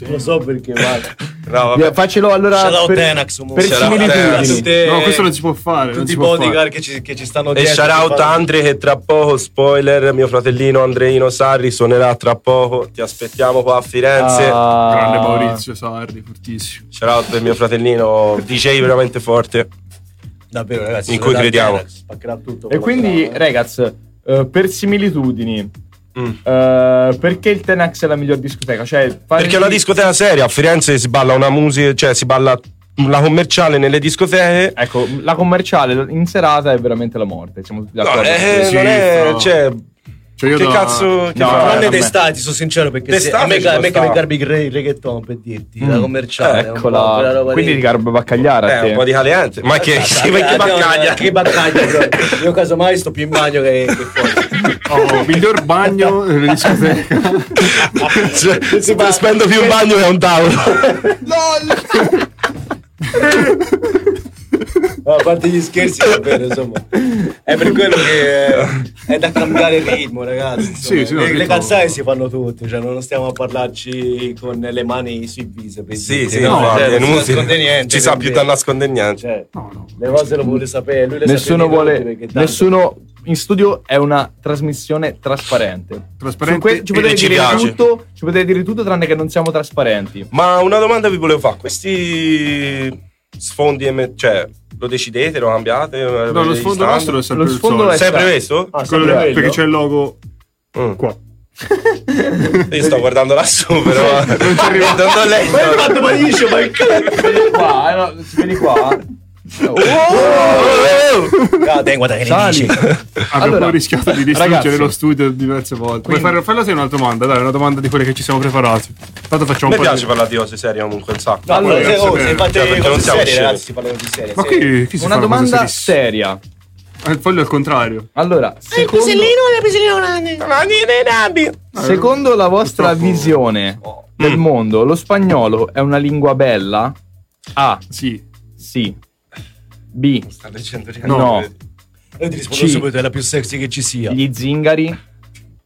S8: Lo so perché, guarda.
S9: Bravo,
S4: Via, Faccelo allora.
S8: Shout out
S4: per,
S8: Tenax, un
S4: per
S8: shout out Tenax.
S4: similitudini.
S8: Tutte- No, questo non
S3: si può fare.
S8: eh, Tutti i bodyguard che ci, che ci stanno
S9: E
S8: dietro.
S9: shout
S8: ci
S9: out
S8: fanno-
S9: a Andre che tra poco, spoiler, mio fratellino Andreino Sarri suonerà tra poco. Ti aspettiamo qua a Firenze.
S4: Ah.
S3: Grande Maurizio Sarri, fortissimo.
S9: Shout out per mio fratellino, DJ veramente forte.
S8: Davvero, ragazzi.
S9: In cui
S8: sono da
S9: crediamo.
S8: Tenax, spaccherà tutto
S4: E
S8: quello che
S4: quindi,
S8: fa, eh.
S4: ragazzi, eh, per similitudini,
S9: Mm.
S4: eh, perché il Tenax è la miglior discoteca? Cioè, fare-
S9: Perché è una discoteca seria, a Firenze si balla una musica, cioè si balla la commerciale nelle discoteche.
S4: Ecco, la commerciale in serata è veramente la morte. Siamo tutti d'accordo.
S9: eh,
S4: Sì,
S9: non è-
S4: però-
S9: cioè,
S4: Cioè, io
S9: che
S4: da-
S9: cazzo che
S4: No,
S9: fa?
S4: eh,
S9: Eh,
S4: vabbè.
S8: Tranne d'estate, sono sincero, perché se,
S9: D'estate
S8: a me,
S9: ci
S8: a
S9: può
S8: me che mi
S9: stare.
S8: garbi il re- il reggaeton, per dirti, la commerciale. è un po' quella
S4: Mm. Eccola.
S8: roba
S4: Cioè, ecco Quindi
S8: lì.
S4: di Garbo Baccagliara.
S9: Eh,
S4: a te.
S9: un po' di caliente. Ma che,
S8: Esatto,
S9: ma che
S8: abbiamo-
S9: baccaglia?
S8: Che baccaglia, bro. Io casomai sto più in bagno che, che
S3: Oh, miglior bagno eh, nelle discoteche.
S9: Cioè, si può- spendo più un bagno che un tavolo.
S8: No, a parte gli scherzi, davvero, insomma. È per quello che eh, è da cambiare ritmo, ragazzi. insomma.
S3: Sì, sì, no,
S8: le,
S3: ritmo.
S8: le calzate si fanno tutte, cioè non stiamo a parlarci con le mani sui viso. per
S9: Sì,
S8: dirti,
S9: sì,
S8: no,
S9: no,
S8: cioè,
S9: è
S8: non si
S9: inutile.
S8: nasconde niente.
S9: Ci sa
S8: per
S9: più
S8: dire.
S9: da nascondere niente.
S8: Cioè, le cose lo vuole sapere, lui le sa
S4: Nessuno
S8: tenere
S4: vuole.
S8: tutte, perché tanto-
S4: Nessuno. In studio è una trasmissione trasparente.
S3: Trasparente
S4: Su que- ci
S9: e
S4: potete
S9: ci
S4: dire
S9: piace.
S4: tutto, ci potete dire tutto tranne che non siamo trasparenti.
S9: Ma una domanda vi volevo fare: questi sfondi, e me- cioè, lo decidete, lo cambiate?
S3: No, lo sfondo nostro è sempre
S4: Lo
S3: il
S4: sfondo
S3: solito.
S4: è
S9: Sempre
S4: stra-
S9: questo?
S4: Ah,
S3: Quello
S4: sempre
S3: là,
S4: quello.
S3: perché c'è il logo qua.
S9: Io sto guardando lassù, però. non
S3: ci arrivo.
S9: Tanto lei.
S8: Ma io vado malissimo, ma
S4: Vieni qua, eh, no, vieni qua.
S8: No, dai, guarda che ne
S4: Sali.
S8: dici.
S3: Abbiamo
S4: Allora,
S3: poi rischiato di distruggere
S4: ragazzi.
S3: lo studio diverse volte. Puoi
S4: Quindi-
S3: fare, falla te un'altra domanda, dai, una domanda di quelle che ci siamo preparati. Tanto facciamo
S9: Mi
S3: un po'
S9: piace
S3: di...
S9: parlare di cose serie comunque un sacco.
S8: No, allora, se, oh, se
S9: Cioè,
S8: fate
S9: perché
S8: cose
S9: non siamo
S8: serie,
S9: scemi.
S8: ragazzi, parliamo di serie.
S3: Ma
S8: serie.
S3: qui, chi si
S4: Una
S3: fa cose
S4: domanda
S3: serie?
S4: seria.
S3: Ah, Il foglio è il contrario.
S4: Allora, secondo,
S18: la pisellina?
S4: secondo la vostra visione del mondo, lo spagnolo è una lingua bella? A.
S3: Sì.
S4: Sì. B.
S9: Sta leggendo di-
S4: No.
S8: Io ti rispondo
S4: Ci-
S8: subito, è la più sexy che ci sia.
S4: Gli zingari?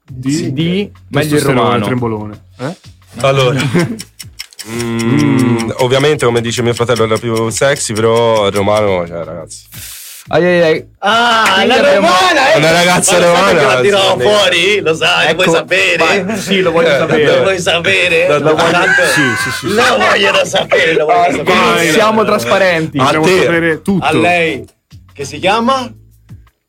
S4: D.
S3: Di...
S4: meglio il
S3: Testosterone,
S4: romano.
S3: Trembolone. Eh?
S9: Allora. Mm, ovviamente, come dice mio fratello, era più sexy, però il romano, cioè, ragazzi.
S4: Ai ai ai.
S8: Ah,
S4: Quindi
S8: la
S4: abbiamo-
S8: romana! eh!
S9: Una ragazza
S8: Ma lo sai
S9: romana,
S8: perché La tiravo
S9: ragazzi,
S8: fuori, lo sai, lo vuoi
S4: Ecco,
S8: sapere?
S4: vai, sì, lo voglio
S9: Eh,
S8: Lo
S4: sapere.
S8: vuoi sapere?
S9: Da- da-
S8: Tanto-
S3: Sì, sì, sì. sì.
S8: Lo vogliono sapere, lo vogliono sapere.
S4: Ah, Siamo trasparenti.
S9: A
S3: Vogliamo
S9: te.
S3: sapere tutto.
S8: A lei, che si chiama?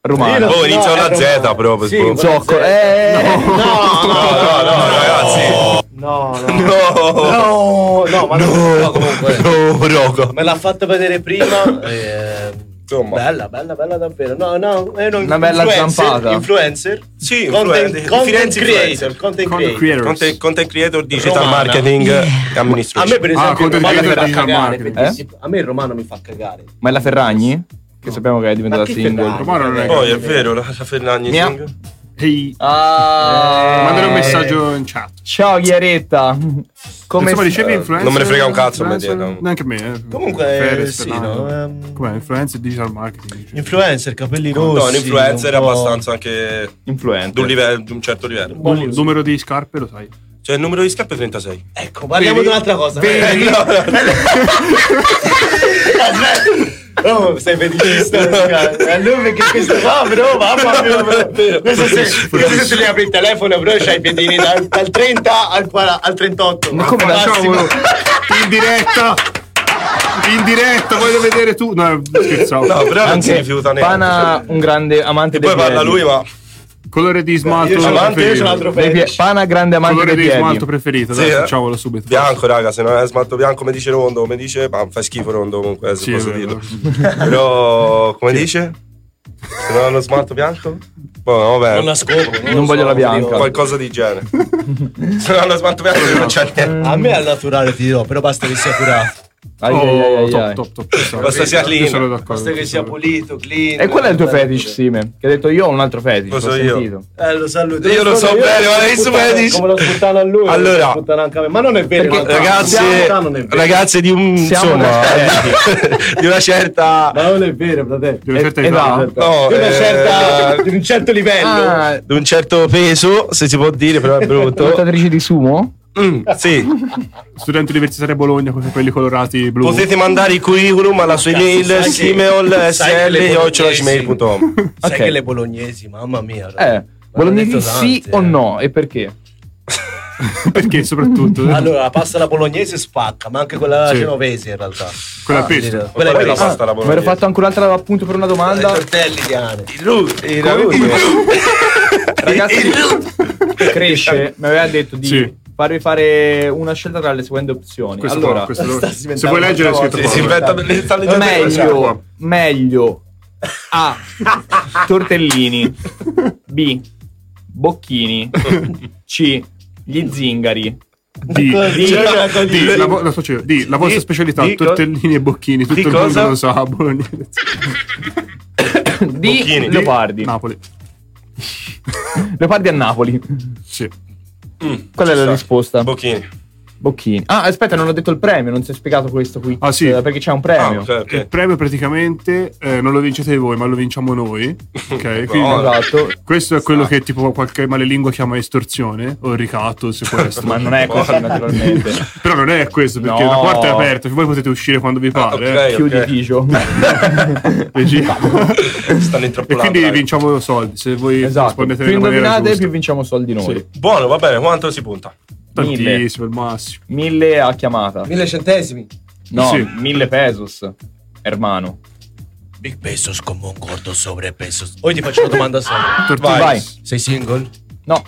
S4: Romano.
S9: Boh, inizia
S8: No,
S9: una
S8: è
S9: Z
S8: romano.
S9: proprio.
S8: Sì,
S9: proprio.
S4: Zocco. Eh.
S8: No,
S9: No,
S8: no,
S9: no, no, ragazzi.
S8: no, no.
S9: No.
S8: No, no, ma no, no, comunque.
S9: No, Rocco.
S8: Me l'ha fatta vedere prima. eh,
S9: Insomma.
S8: Bella, bella, bella davvero. No, no, è
S4: Una bella zampata.
S8: Influencer.
S9: Sì,
S8: Content,
S9: influencer.
S8: content
S9: Firenze
S8: creator,
S9: influencer.
S3: Content
S8: content creator.
S3: creators.
S9: Content, content creator, digital
S8: Romana.
S9: marketing e
S8: A
S9: amministration.
S8: me per esempio il
S3: Ah, content
S8: romano mi
S3: creator eh?
S8: fa
S3: digital
S8: cagare,
S3: marketing.
S8: perché a me il romano mi fa cagare.
S4: Ma è la Ferragni? Che sappiamo che è diventata
S8: Ma Cioè, chi
S4: single.
S8: Ferragni?
S3: Romano non è...
S9: Poi è vero, la, la Ferragni.
S4: Mia.
S9: Singh.
S3: Ehi,
S4: Eh. Ah.
S3: mandare un messaggio in chat.
S4: Ciao Chiaretta. Come
S3: Insomma, dicevi
S9: Eh,
S3: influencer?
S9: non me ne frega un cazzo, mi
S3: influencer?
S9: dietro.
S3: Neanche me. Eh.
S8: Comunque,
S3: Ferres,
S8: sì,
S3: Fernando.
S8: no, ehm.
S3: Com'è? Influencer digital marketing. dice.
S8: Influencer, capelli rossi.
S9: No, un influencer è
S8: un po'-
S9: abbastanza anche di un,
S4: influencer?
S9: livello, di un certo livello.
S3: Num- Boh, numero di scarpe lo sai.
S9: Cioè, il numero di scarpe è 36.
S8: Ecco, parliamo
S3: Vedi?
S8: di un'altra cosa.
S3: Vedi?
S8: Oh, sei feticista, cara. E lui perché questo qua, bro, mamma mia, bro. Questo se, questo se tu gli apri il telefono, bro, c'hai i piedini dal, dal 30 al, 40 al 38.
S3: Ma come
S8: Massimo.
S3: facciamo? In diretta! In diretta, voglio vedere tu. No, scherzavo.
S9: No, però non si
S4: Anche
S9: rifiuta neanche. cioè.
S4: Pana, un grande amante
S9: E
S4: dei
S9: poi
S4: piedi.
S9: parla lui, ma.
S3: Colore di smalto.
S8: Io c'ho l'altro, io c'ho
S3: preferito.
S8: l'altro
S4: Dei pie-
S8: fetish.
S4: Pana, grande amante
S3: Colore
S4: dei
S3: di
S4: piedi.
S3: smalto preferito.
S9: Sì,
S3: Dai,
S9: eh.
S3: facciamolo subito.
S9: Bianco, raga, se non è smalto bianco, come dice Rondo, come dice. Ma fa schifo Rondo comunque, se
S3: Sì, è
S9: posso
S3: vero.
S9: dirlo. Però, come dice? Se no lo smalto bianco? Boh, vabbè.
S8: Non la scopro, non Non lo
S13: voglio so, la bianca.
S9: Qualcosa di genere. Se no lo smalto bianco non c'è niente.
S8: A me al naturale ti dirò, però basta che sia curato.
S3: Oh,
S4: Ai, ai, ai, ai, ai.
S9: Basta sia lì.
S8: Basta che sia pulito, clean.
S4: E qual è il tuo fetish, Sime? Che hai detto io ho un altro fetish.
S9: Lo so
S4: l'ho
S9: io.
S4: sentito.
S8: Eh, lo saluto.
S9: Io lo so bene, ma adesso
S8: Puttana,
S9: me ne dici-
S8: Come lo sputtano a lui,
S9: Allora.
S8: lo sputtano anche a me. Ma non è vero,
S9: Perché-
S8: ma-
S9: ragazzi,
S8: Puttana non è vero.
S9: ragazzi di un
S8: Siamo
S9: insomma di una certa
S8: Ma non è vero, fratello. Di
S9: una certa età? No,
S8: No, di, una
S9: eh,
S8: certa- di un certo livello.
S4: Ah,
S9: di un certo peso, se si può dire, però è brutto.
S4: Portatrice di sumo?
S9: Mm, sì.
S3: Studenti universitari a Bologna con i capelli colorati blu.
S9: Potete mandare il curriculum alla sua
S3: Cazzo,
S9: email
S3: sai che-
S8: sai che le
S9: simeol.sl.com
S8: Sai
S9: Ok.
S8: che le bolognesi, mamma mia.
S4: Eh, bolognesi sì
S8: eh.
S4: o no? E perché?
S3: perché soprattutto?
S8: Allora, la pasta alla bolognese spacca, ma anche quella
S4: Sì.
S8: genovese in realtà.
S3: Quella
S8: Ah,
S3: è pesto.
S8: dire-
S9: Quella è
S8: pesto.
S9: la pasta alla Eh, certo.
S4: Mi ero fatto anche un'altra appunto per una domanda.
S8: tortelli di Ane.
S9: Il ru- il
S4: Come-
S9: ragu-
S4: Ragazzi, cresce, mi aveva detto di farvi fare una scelta tra le seguenti opzioni.
S9: Questo
S4: allora,
S9: qua, questo-
S4: sta
S9: se
S4: diventando
S9: vuoi leggere è
S4: una
S9: scritto
S4: cosa-
S9: qua. Si inventa- le sta leggendo questa qua.
S4: meglio, meglio A. Tortellini B. Bocchini C. Gli zingari
S3: Di, di-
S4: Cioè,
S3: di-
S4: di-
S3: la, vo- la so io, di- la vostra
S4: di-
S3: specialità,
S4: di co-
S3: tortellini e bocchini, tutto
S4: di
S3: il mondo
S4: cosa?
S3: lo sa a Bologna.
S4: di Leopardi
S3: Napoli
S4: Leopardi a Napoli
S3: Sì
S9: Mm,
S4: Qual è la risposta?
S9: Bocchini
S4: Bocchini Ah aspetta non ho detto il premio Non si è spiegato questo qui Ah sì Perché c'è un premio
S9: Ah,
S3: Il premio Mm. praticamente eh, non lo vincete voi, ma lo vinciamo noi. Ok, quindi
S9: Ah.
S4: Esatto.
S3: questo è quello che tipo qualche malelingua chiama estorsione o ricatto, se questo.
S4: Ma non è così, naturalmente.
S3: Però non è questo, perché
S4: No. Ah,
S3: la porta è aperta, voi potete uscire quando vi pare. eh.
S4: Chiudi Pigio
S9: Stanno
S3: E
S9: intrappolando.
S3: quindi
S9: raga.
S3: vinciamo soldi, se voi rispondete
S4: Esatto. Più
S3: nella maniera
S4: indovinate
S3: giusta.
S4: più vinciamo soldi noi
S3: Sì.
S9: Buono, va bene, quanto si punta?
S3: Tantissimo, il massimo.
S4: Mille a chiamata
S8: Mille centesimi.
S4: No
S8: Sì.
S4: mille pesos Hermano
S8: Big pesos come un gordo sobrepeso. Oggi ti faccio una domanda sola.
S4: Vai.
S8: Sei single?
S4: No.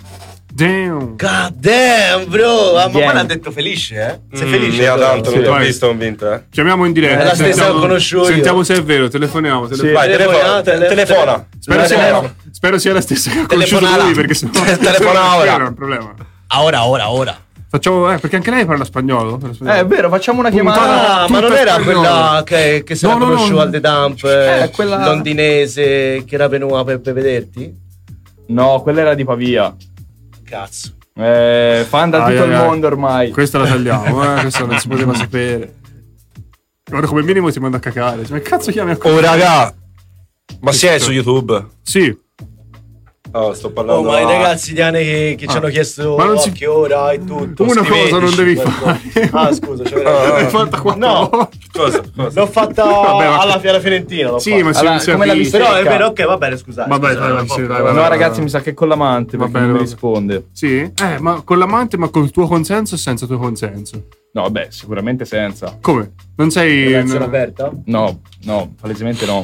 S3: Damn.
S8: God damn, bro. Ah, ma
S9: Damn.
S8: qua l'ha detto felice, eh? Sei
S9: Mm,
S8: felice?
S9: io
S8: allora?
S9: tanto non
S8: Sì.
S9: ti ho visto convinto, eh.
S3: Chiamiamo in diretta.
S8: È la stessa
S3: sentiamo-
S8: che conoscevo io.
S3: Sentiamo se è vero, telefoniamo. telefoniamo.
S9: Vai, telefona, telefona.
S3: Spero,
S9: Telefona.
S3: sia, spero sia la stessa che ha conosciuto
S9: Telefonala.
S3: lui, perché se no-
S9: Telefona ora.
S3: Quello è un problema.
S8: Ora, ora, ora.
S3: Facciamo, eh, perché anche lei parla spagnolo. Parla spagnolo.
S4: Eh, è vero, facciamo una
S3: Puntata
S8: Ah,
S3: tutta
S8: ma non era
S3: spagnolo.
S8: quella che, che se
S3: No,
S8: la
S3: no,
S8: conoscevo
S3: no.
S8: al The Dump, eh,
S4: Eh, quella-
S8: londinese, che era venuta per, per vederti?
S4: No quella era di Pavia
S8: Cazzo.
S4: eh, Fan da
S3: Ai,
S4: tutto
S3: ai,
S4: il
S3: ai.
S4: mondo ormai
S3: Questa la tagliamo, eh, questa non si poteva sapere. Guarda, come minimo ti manda a cacare. Cioè, Ma che cazzo chiami a
S9: Oh, raga. Ma si è su YouTube?
S3: Sì.
S9: Oh, sto
S8: Oh,
S9: parlando.
S8: ma i
S9: a-
S8: ragazzi di Ane che, che ci
S9: Ah.
S8: hanno chiesto
S9: Ma non
S8: a
S9: si-
S8: che ora e tutto.
S9: Una
S8: scriveteci
S9: cosa non devi
S8: qualcosa. Ah, scusa, c'è
S9: L'hai fatta
S8: No,
S9: Cosa?
S8: l'ho fatta
S9: Vabbè, ma-
S8: alla, alla Fiorentina. l'ho
S3: Sì,
S8: fatta.
S3: ma se non si
S8: come la
S3: avvicina-
S8: Però è vero, ok, va bene, scusate.
S3: Vabbè,
S8: scusate,
S3: dai,
S8: non
S3: sì,
S8: posso-
S3: dai, vai,
S4: No
S3: vai,
S4: ragazzi
S3: vai.
S4: mi sa che con l'amante Perché
S3: bene,
S4: non mi
S3: va-
S4: risponde
S3: Sì? Eh, ma con l'amante, ma col tuo consenso o senza tuo consenso?
S4: No beh sicuramente senza
S3: Come? Non sei.
S4: Relazione
S3: n-
S8: aperta?
S4: No, no, palesemente no.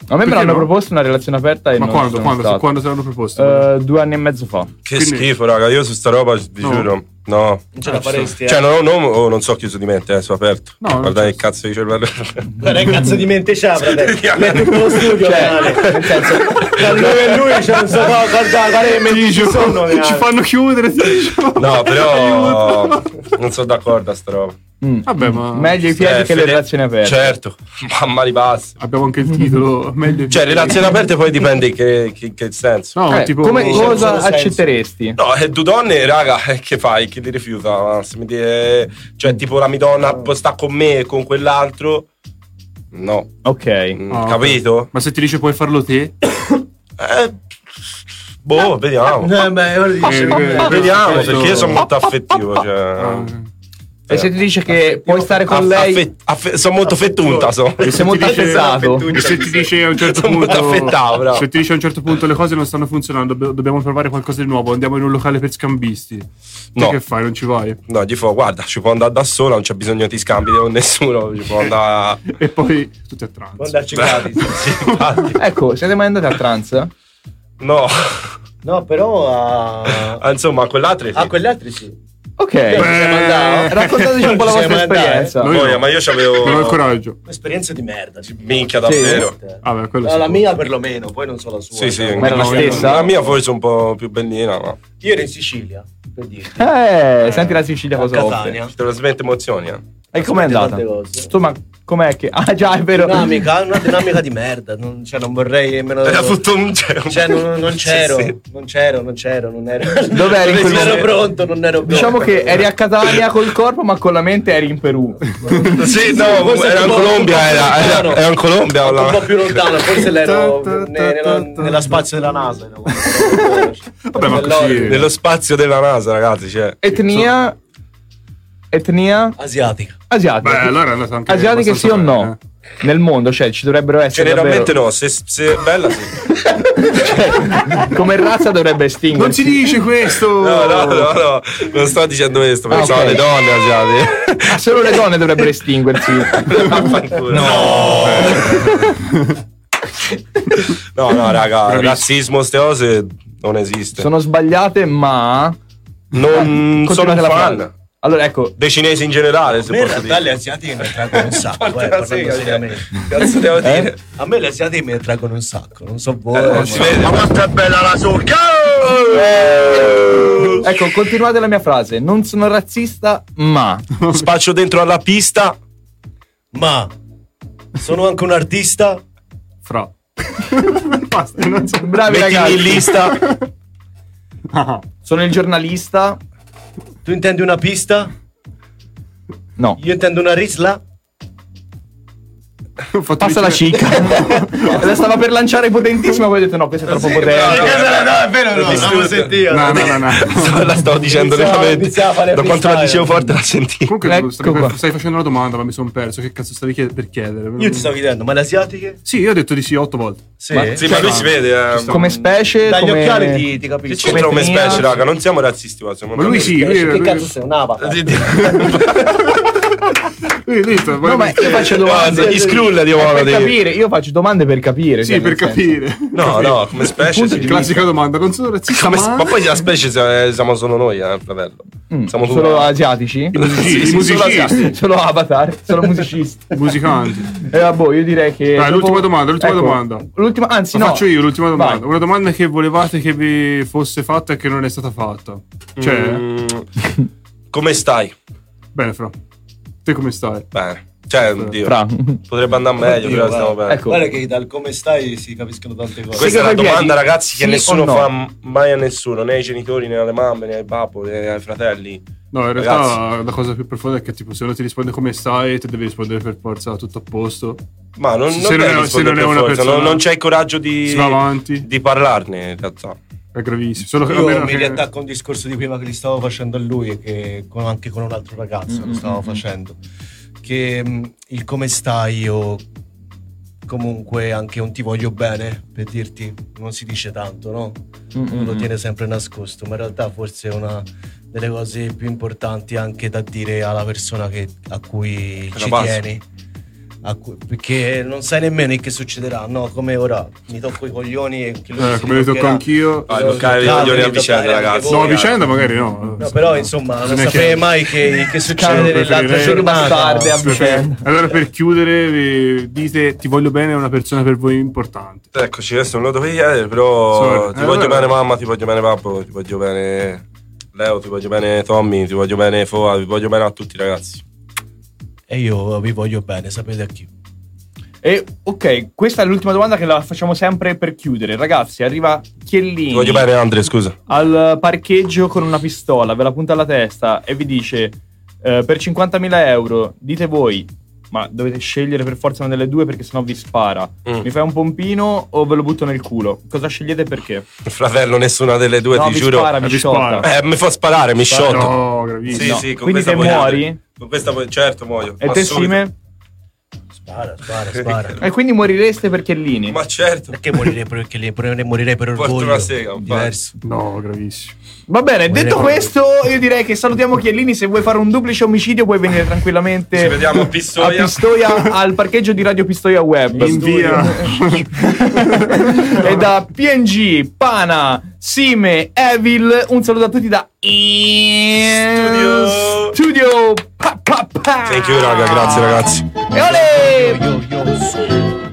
S4: A me
S3: Perché
S4: me l'hanno
S3: no?
S4: proposto una relazione aperta e
S3: Ma
S4: non
S3: quando,
S4: sono
S3: quando,
S4: stato.
S3: quando te l'hanno proposto?
S4: Eh, due anni e mezzo fa.
S9: Che schifo, raga. Io su sta roba, vi
S4: No.
S9: giuro. No.
S8: Non ce la faresti, eh.
S9: Cioè, no, no, oh, non so chiuso di mente, eh, sono aperto.
S8: No, Boh.
S9: Guarda che cazzo di cervello.
S8: Guarda che cazzo di mente c'ha, fratello. L'è tutto lo studio,
S4: Cioè,
S8: Ale. Nel senso, tra noi e lui c'è un cioè, so cosa, guarda, guarda che mente ci
S3: Tigio,
S9: "Oh,
S8: sono, Ale.
S3: ci fanno chiudere.
S9: No, però. non sono d'accordo a sta roba. Cioè,
S3: Vabbè, ma.
S4: Mm. Meglio i piedi che le relazioni aperte.
S9: Certo, mamma di passi.
S3: Abbiamo anche il titolo. meglio i
S9: Cioè,
S3: piedi.
S9: relazioni aperte poi dipende che, che, che senso.
S3: No, Eh, tipo- come-
S9: Dice,
S4: cosa
S9: non so senso.
S4: accetteresti?
S9: No, eh, due donne, raga, eh, che fai? Chi ti rifiuta? Ma Se mi dice, cioè, tipo la Madonna può sta con me e con quell'altro. No.
S4: Ok.
S9: Mm, capito?
S3: Ah, Ma se ti dice puoi farlo te?
S9: Eh, boh, vediamo.
S8: Eh, beh, ora dice-
S9: Eh, vediamo,
S8: questo-
S9: perché io sono molto affettivo.
S3: Ah.
S9: Cioè.
S4: E
S9: certo.
S4: se ti dice che puoi stare con
S9: Aff-
S4: lei.
S9: affe- affe- sono molto fettunta. So.
S4: E se molto affezzato.
S3: E se ti dice a un certo
S9: Sono molto affettato,
S3: punto
S9: bravo.
S3: se ti dice a un certo punto le cose non stanno funzionando, dobb- dobbiamo provare qualcosa di nuovo, andiamo in un locale per scambisti. Tu
S9: No.
S3: che fai? Non ci vai?
S9: No, gli fa guarda, ci può andare da sola, non c'è bisogno di scambi con nessuno, ci può andare...
S3: E poi tutti a tranza.
S8: Andarci gratis.
S4: Ecco, siete mai andati a trans?
S9: No,
S8: No, però a...
S9: Ah, insomma, quell'altro...
S8: a quegli altri sì.
S4: Ok, Beh. Eh. raccontateci un po' la
S9: Ci siamo
S4: vostra
S9: andati.
S4: esperienza.
S9: Boia, ma io c'avevo.
S3: Non ho il coraggio.
S8: Un'esperienza di merda. tipo.
S9: Minchia, davvero.
S3: Ah, beh, quello
S8: No, la mia perlomeno, poi non so la sua.
S9: Sì, sì.
S8: no?
S4: Ma era la stessa?
S9: La mia forse un po' più bellina, ma.
S8: Io ero in Sicilia.
S4: Eh, senti la Sicilia cosa offre.
S9: Ti trasmette emozioni, eh.
S4: E com'è andata?
S8: tante
S4: Insomma, com'è che... Ah già, è vero.
S8: Dinamica, una dinamica di merda. Non, cioè, non vorrei
S4: Eh.
S8: nemmeno.
S9: Era tutto un
S8: Cioè, non, non
S9: Sì,
S8: c'ero,
S9: sì.
S8: non c'ero, non c'ero, non ero.
S4: Dov'eri in
S8: non
S4: quel
S8: ero
S4: momento?
S8: pronto, non ero pronto.
S4: Diciamo che eri a Catania col corpo, ma con la mente eri in Perù.
S9: Sì, no,
S4: Forse
S9: era
S4: un po'
S9: in Colombia, era, era, era in Colombia.
S8: un
S9: la-
S8: po' più lontano, forse l'ero ne- nella, nella spazio della NASA. era quello.
S9: Vabbè, ma così- Nello spazio della NASA, ragazzi, cioè.
S4: Etnia... Etnia...
S8: Asiatica.
S4: Asiatica.
S9: Beh, allora è andata anche eh.
S4: Asiatiche sì o no? Nel mondo, cioè, ci dovrebbero essere...
S9: Generalmente
S4: davvero-
S9: no, se, se è bella sì.
S4: Cioè, Come razza dovrebbe estinguersi.
S3: Non si dice questo!
S9: No, no, no, no, non sto dicendo questo, pensavo
S4: Oh. Ah, ok.
S9: alle donne asiatiche.
S4: Ah, Solo le donne dovrebbero estinguersi.
S9: No, no, raga, razzismo, ste cose non esiste.
S4: Sono sbagliate, ma.
S9: Non
S4: Eh,
S9: sono un
S4: continuate la
S9: fan.
S4: frase. Allora, ecco.
S9: Dei cinesi in generale, se
S8: A me in
S9: posso
S8: realtà
S9: dire.
S8: le asiatiche mi attraggono un sacco. eh,
S9: Porca
S8: parlando
S9: sega, cioè.
S8: seriamente.
S9: Cazzo devo
S8: Eh?
S9: dire?
S8: A me le asiatiche mi attraggono un sacco, non so voi.
S9: Eh,
S8: ma-
S9: si vede.
S8: ma quanto è bella la surca! Eh,
S4: Ecco, continuate la mia frase. Non sono razzista, ma.
S9: Spaccio dentro alla pista.
S8: Ma sono anche un artista.
S3: Fra. Basta, non so.
S4: Bravi
S8: Mettimi
S4: Ah, ragazzi.
S8: in lista.
S4: Sono il giornalista.
S8: Tu intendi una pista?
S4: No.
S8: Io intendo una risla.
S4: Passa la cicca. la stava per lanciare potentissima, poi ho detto no, questo è troppo potente.
S8: è vero, no, non lo sentivo.
S9: No, no, no, no. la stavo dicendo veramente. Da quanto la dicevo forte la sentivo.
S3: Comunque
S9: Ecco
S3: stai,
S9: qua.
S3: stai facendo una domanda, ma mi sono perso. Che cazzo stavi chied- per chiedere?
S8: Io ti stavo Eh, chiedendo, ma le asiatiche?
S3: Sì, io ho detto di sì otto volte.
S8: Sì? Ma- Sì, ma lui si
S9: vede, eh.
S4: Come specie.
S8: Dagli
S4: come-
S8: occhiali ti, ti capisco. cioè,
S9: Che c'entra come specie, raga? Non siamo razzisti, ma secondo Eh,
S8: Ma lui sì, lui- Che cazzo lui- sei, un avatar?
S4: No, ma io
S3: Eh,
S4: faccio domande. Eh,
S9: Gli scrulla di uomo.
S4: per capire, io faccio domande per capire.
S9: Sì,
S4: cioè,
S9: per
S4: nel senso.
S9: capire. No, no, come specie. sì.
S3: Classica domanda, non sono razzista.
S9: Come-
S3: ma...
S9: ma poi la specie si- siamo solo noi, eh, fratello.
S3: Mm,
S9: Siamo
S4: mm, Solo asiatici?
S9: musicisti, i
S4: solo,
S9: musicisti.
S4: asiatici, solo avatar, solo musicisti.
S3: Musicanti.
S9: Eh,
S4: E vabbè, io direi che.
S3: Dai,
S4: dopo-
S3: l'ultima domanda, l'ultima
S4: Ecco,
S3: domanda.
S4: L'ultima, anzi,
S3: La
S4: no.
S3: faccio io l'ultima domanda.
S4: Vai.
S3: Una domanda che volevate che vi fosse fatta e che non è stata fatta. Cioè,
S9: Mm, come stai?
S3: bene, Fra. Te come stai?
S9: Bene. Cioè, oddio,
S3: Fra.
S9: potrebbe andare meglio, però
S8: Oddio, guarda. ecco.
S9: stiamo bene.
S3: ecco,
S8: Guarda che dal come stai si capiscono tante cose.
S9: Questa è una domanda, ragazzi, che
S8: Sì
S9: nessuno
S8: o no?
S9: fa m- mai a nessuno, né ai genitori, né alle mamme, né ai babbo, né ai fratelli.
S3: No, in realtà
S9: Ragazzi,
S3: la cosa più profonda è che tipo se uno ti risponde come stai, te devi rispondere per forza tutto a posto.
S9: ma non,
S3: Se
S9: non devi
S3: è- se
S9: rispondere
S3: non è
S9: per
S3: una
S9: forza,
S3: persona,
S9: non, non c'è il coraggio di,
S3: Si va avanti.
S9: di parlarne, in realtà.
S3: È gravissimo. Solo che a
S8: Io
S3: meno
S8: mi
S3: che-
S8: riattacco a un discorso di prima che gli stavo facendo a lui e che con- anche con un altro ragazzo
S12: Mm,
S8: lo stavo
S12: mm,
S8: facendo. Che mh, il come stai o comunque anche un ti voglio bene per dirti non si dice tanto, no?
S12: Mm,
S8: Uno
S12: mm,
S8: lo
S12: mm.
S8: tiene sempre nascosto, ma in realtà forse è una delle cose più importanti anche da dire alla persona che- a cui
S9: Che la
S8: ci
S9: passi.
S8: tieni. a cui- perché non sai nemmeno che succederà, no? Come ora mi tocco i coglioni e chi
S3: Eh,
S8: si
S3: come li tocco
S8: toccherà.
S3: anch'io. eh,
S9: Ah, toccare i
S8: Toccare,
S9: coglioni a
S8: toccare
S9: vicenda,
S8: anche
S9: ragazzi.
S8: voi,
S3: No, a
S8: ragazzi.
S3: vicenda magari no.
S8: No, però insomma, non
S3: Bisogna
S8: saprei
S3: chiedere.
S8: mai che, che succede
S3: Cioè,
S8: nell'altra
S3: preferirei-
S8: giornata.
S3: Prefer- Allora, per chiudere, vi dite ti voglio bene è una persona per voi importante.
S9: Eccoci, adesso non lo dovevi chiedere, però
S3: Sorry.
S9: ti
S3: Eh,
S9: voglio
S3: allora-
S9: bene mamma, ti voglio bene babbo, ti voglio bene Leo, ti voglio bene Tommy, ti voglio bene Foa, vi voglio bene a tutti ragazzi.
S8: E io vi voglio bene, sapete a chi.
S4: E, Eh, ok, questa è l'ultima domanda che la facciamo sempre per chiudere. Ragazzi, arriva Chiellini.
S9: Ti voglio bene Andre, scusa.
S4: al parcheggio con una pistola, ve la punta alla testa e vi dice eh, per 50.000 euro dite voi, ma dovete scegliere per forza una delle due perché sennò vi spara.
S9: Mm.
S4: Mi fai un pompino o ve lo butto nel culo? Cosa scegliete e perché?
S9: Fratello, nessuna delle due,
S4: No,
S9: ti
S4: mi
S9: giuro.
S4: spara, mi sciotta.
S9: Eh, mi fa sparare, mi
S8: Certo.
S4: Spara.
S9: sciotto.
S4: No,
S3: gravissimo.
S9: Sì,
S4: No.
S9: sì, con
S4: Quindi
S9: questa
S4: te
S9: voglio-
S4: muori?
S9: Con questa voglio- certo muoio.
S4: E
S9: ma
S4: te
S9: subito.
S4: Sime?
S8: Spara, spara, spara.
S4: E quindi morireste per Chiellini?
S9: Ma certo.
S8: Perché morirei per, perché li- per- morirei per
S9: Porto
S8: orgoglio?
S9: una sega, un
S8: diverso.
S3: No, gravissimo.
S4: Va bene,
S8: Morirei
S4: detto
S8: per-
S4: questo, io direi che salutiamo Chiellini. Se vuoi fare un duplice omicidio, puoi venire tranquillamente.
S9: Ci vediamo a
S4: a
S9: Pistoia.
S4: Pistoia al parcheggio di Radio Pistoia Web
S3: In via.
S4: e da PNG Pana Sime, Evil, un saluto a tutti da Studio. Studio. Pa, pa, pa.
S9: Thank you, raga, grazie ragazzi.
S4: E olè!
S8: Io, io, io, su.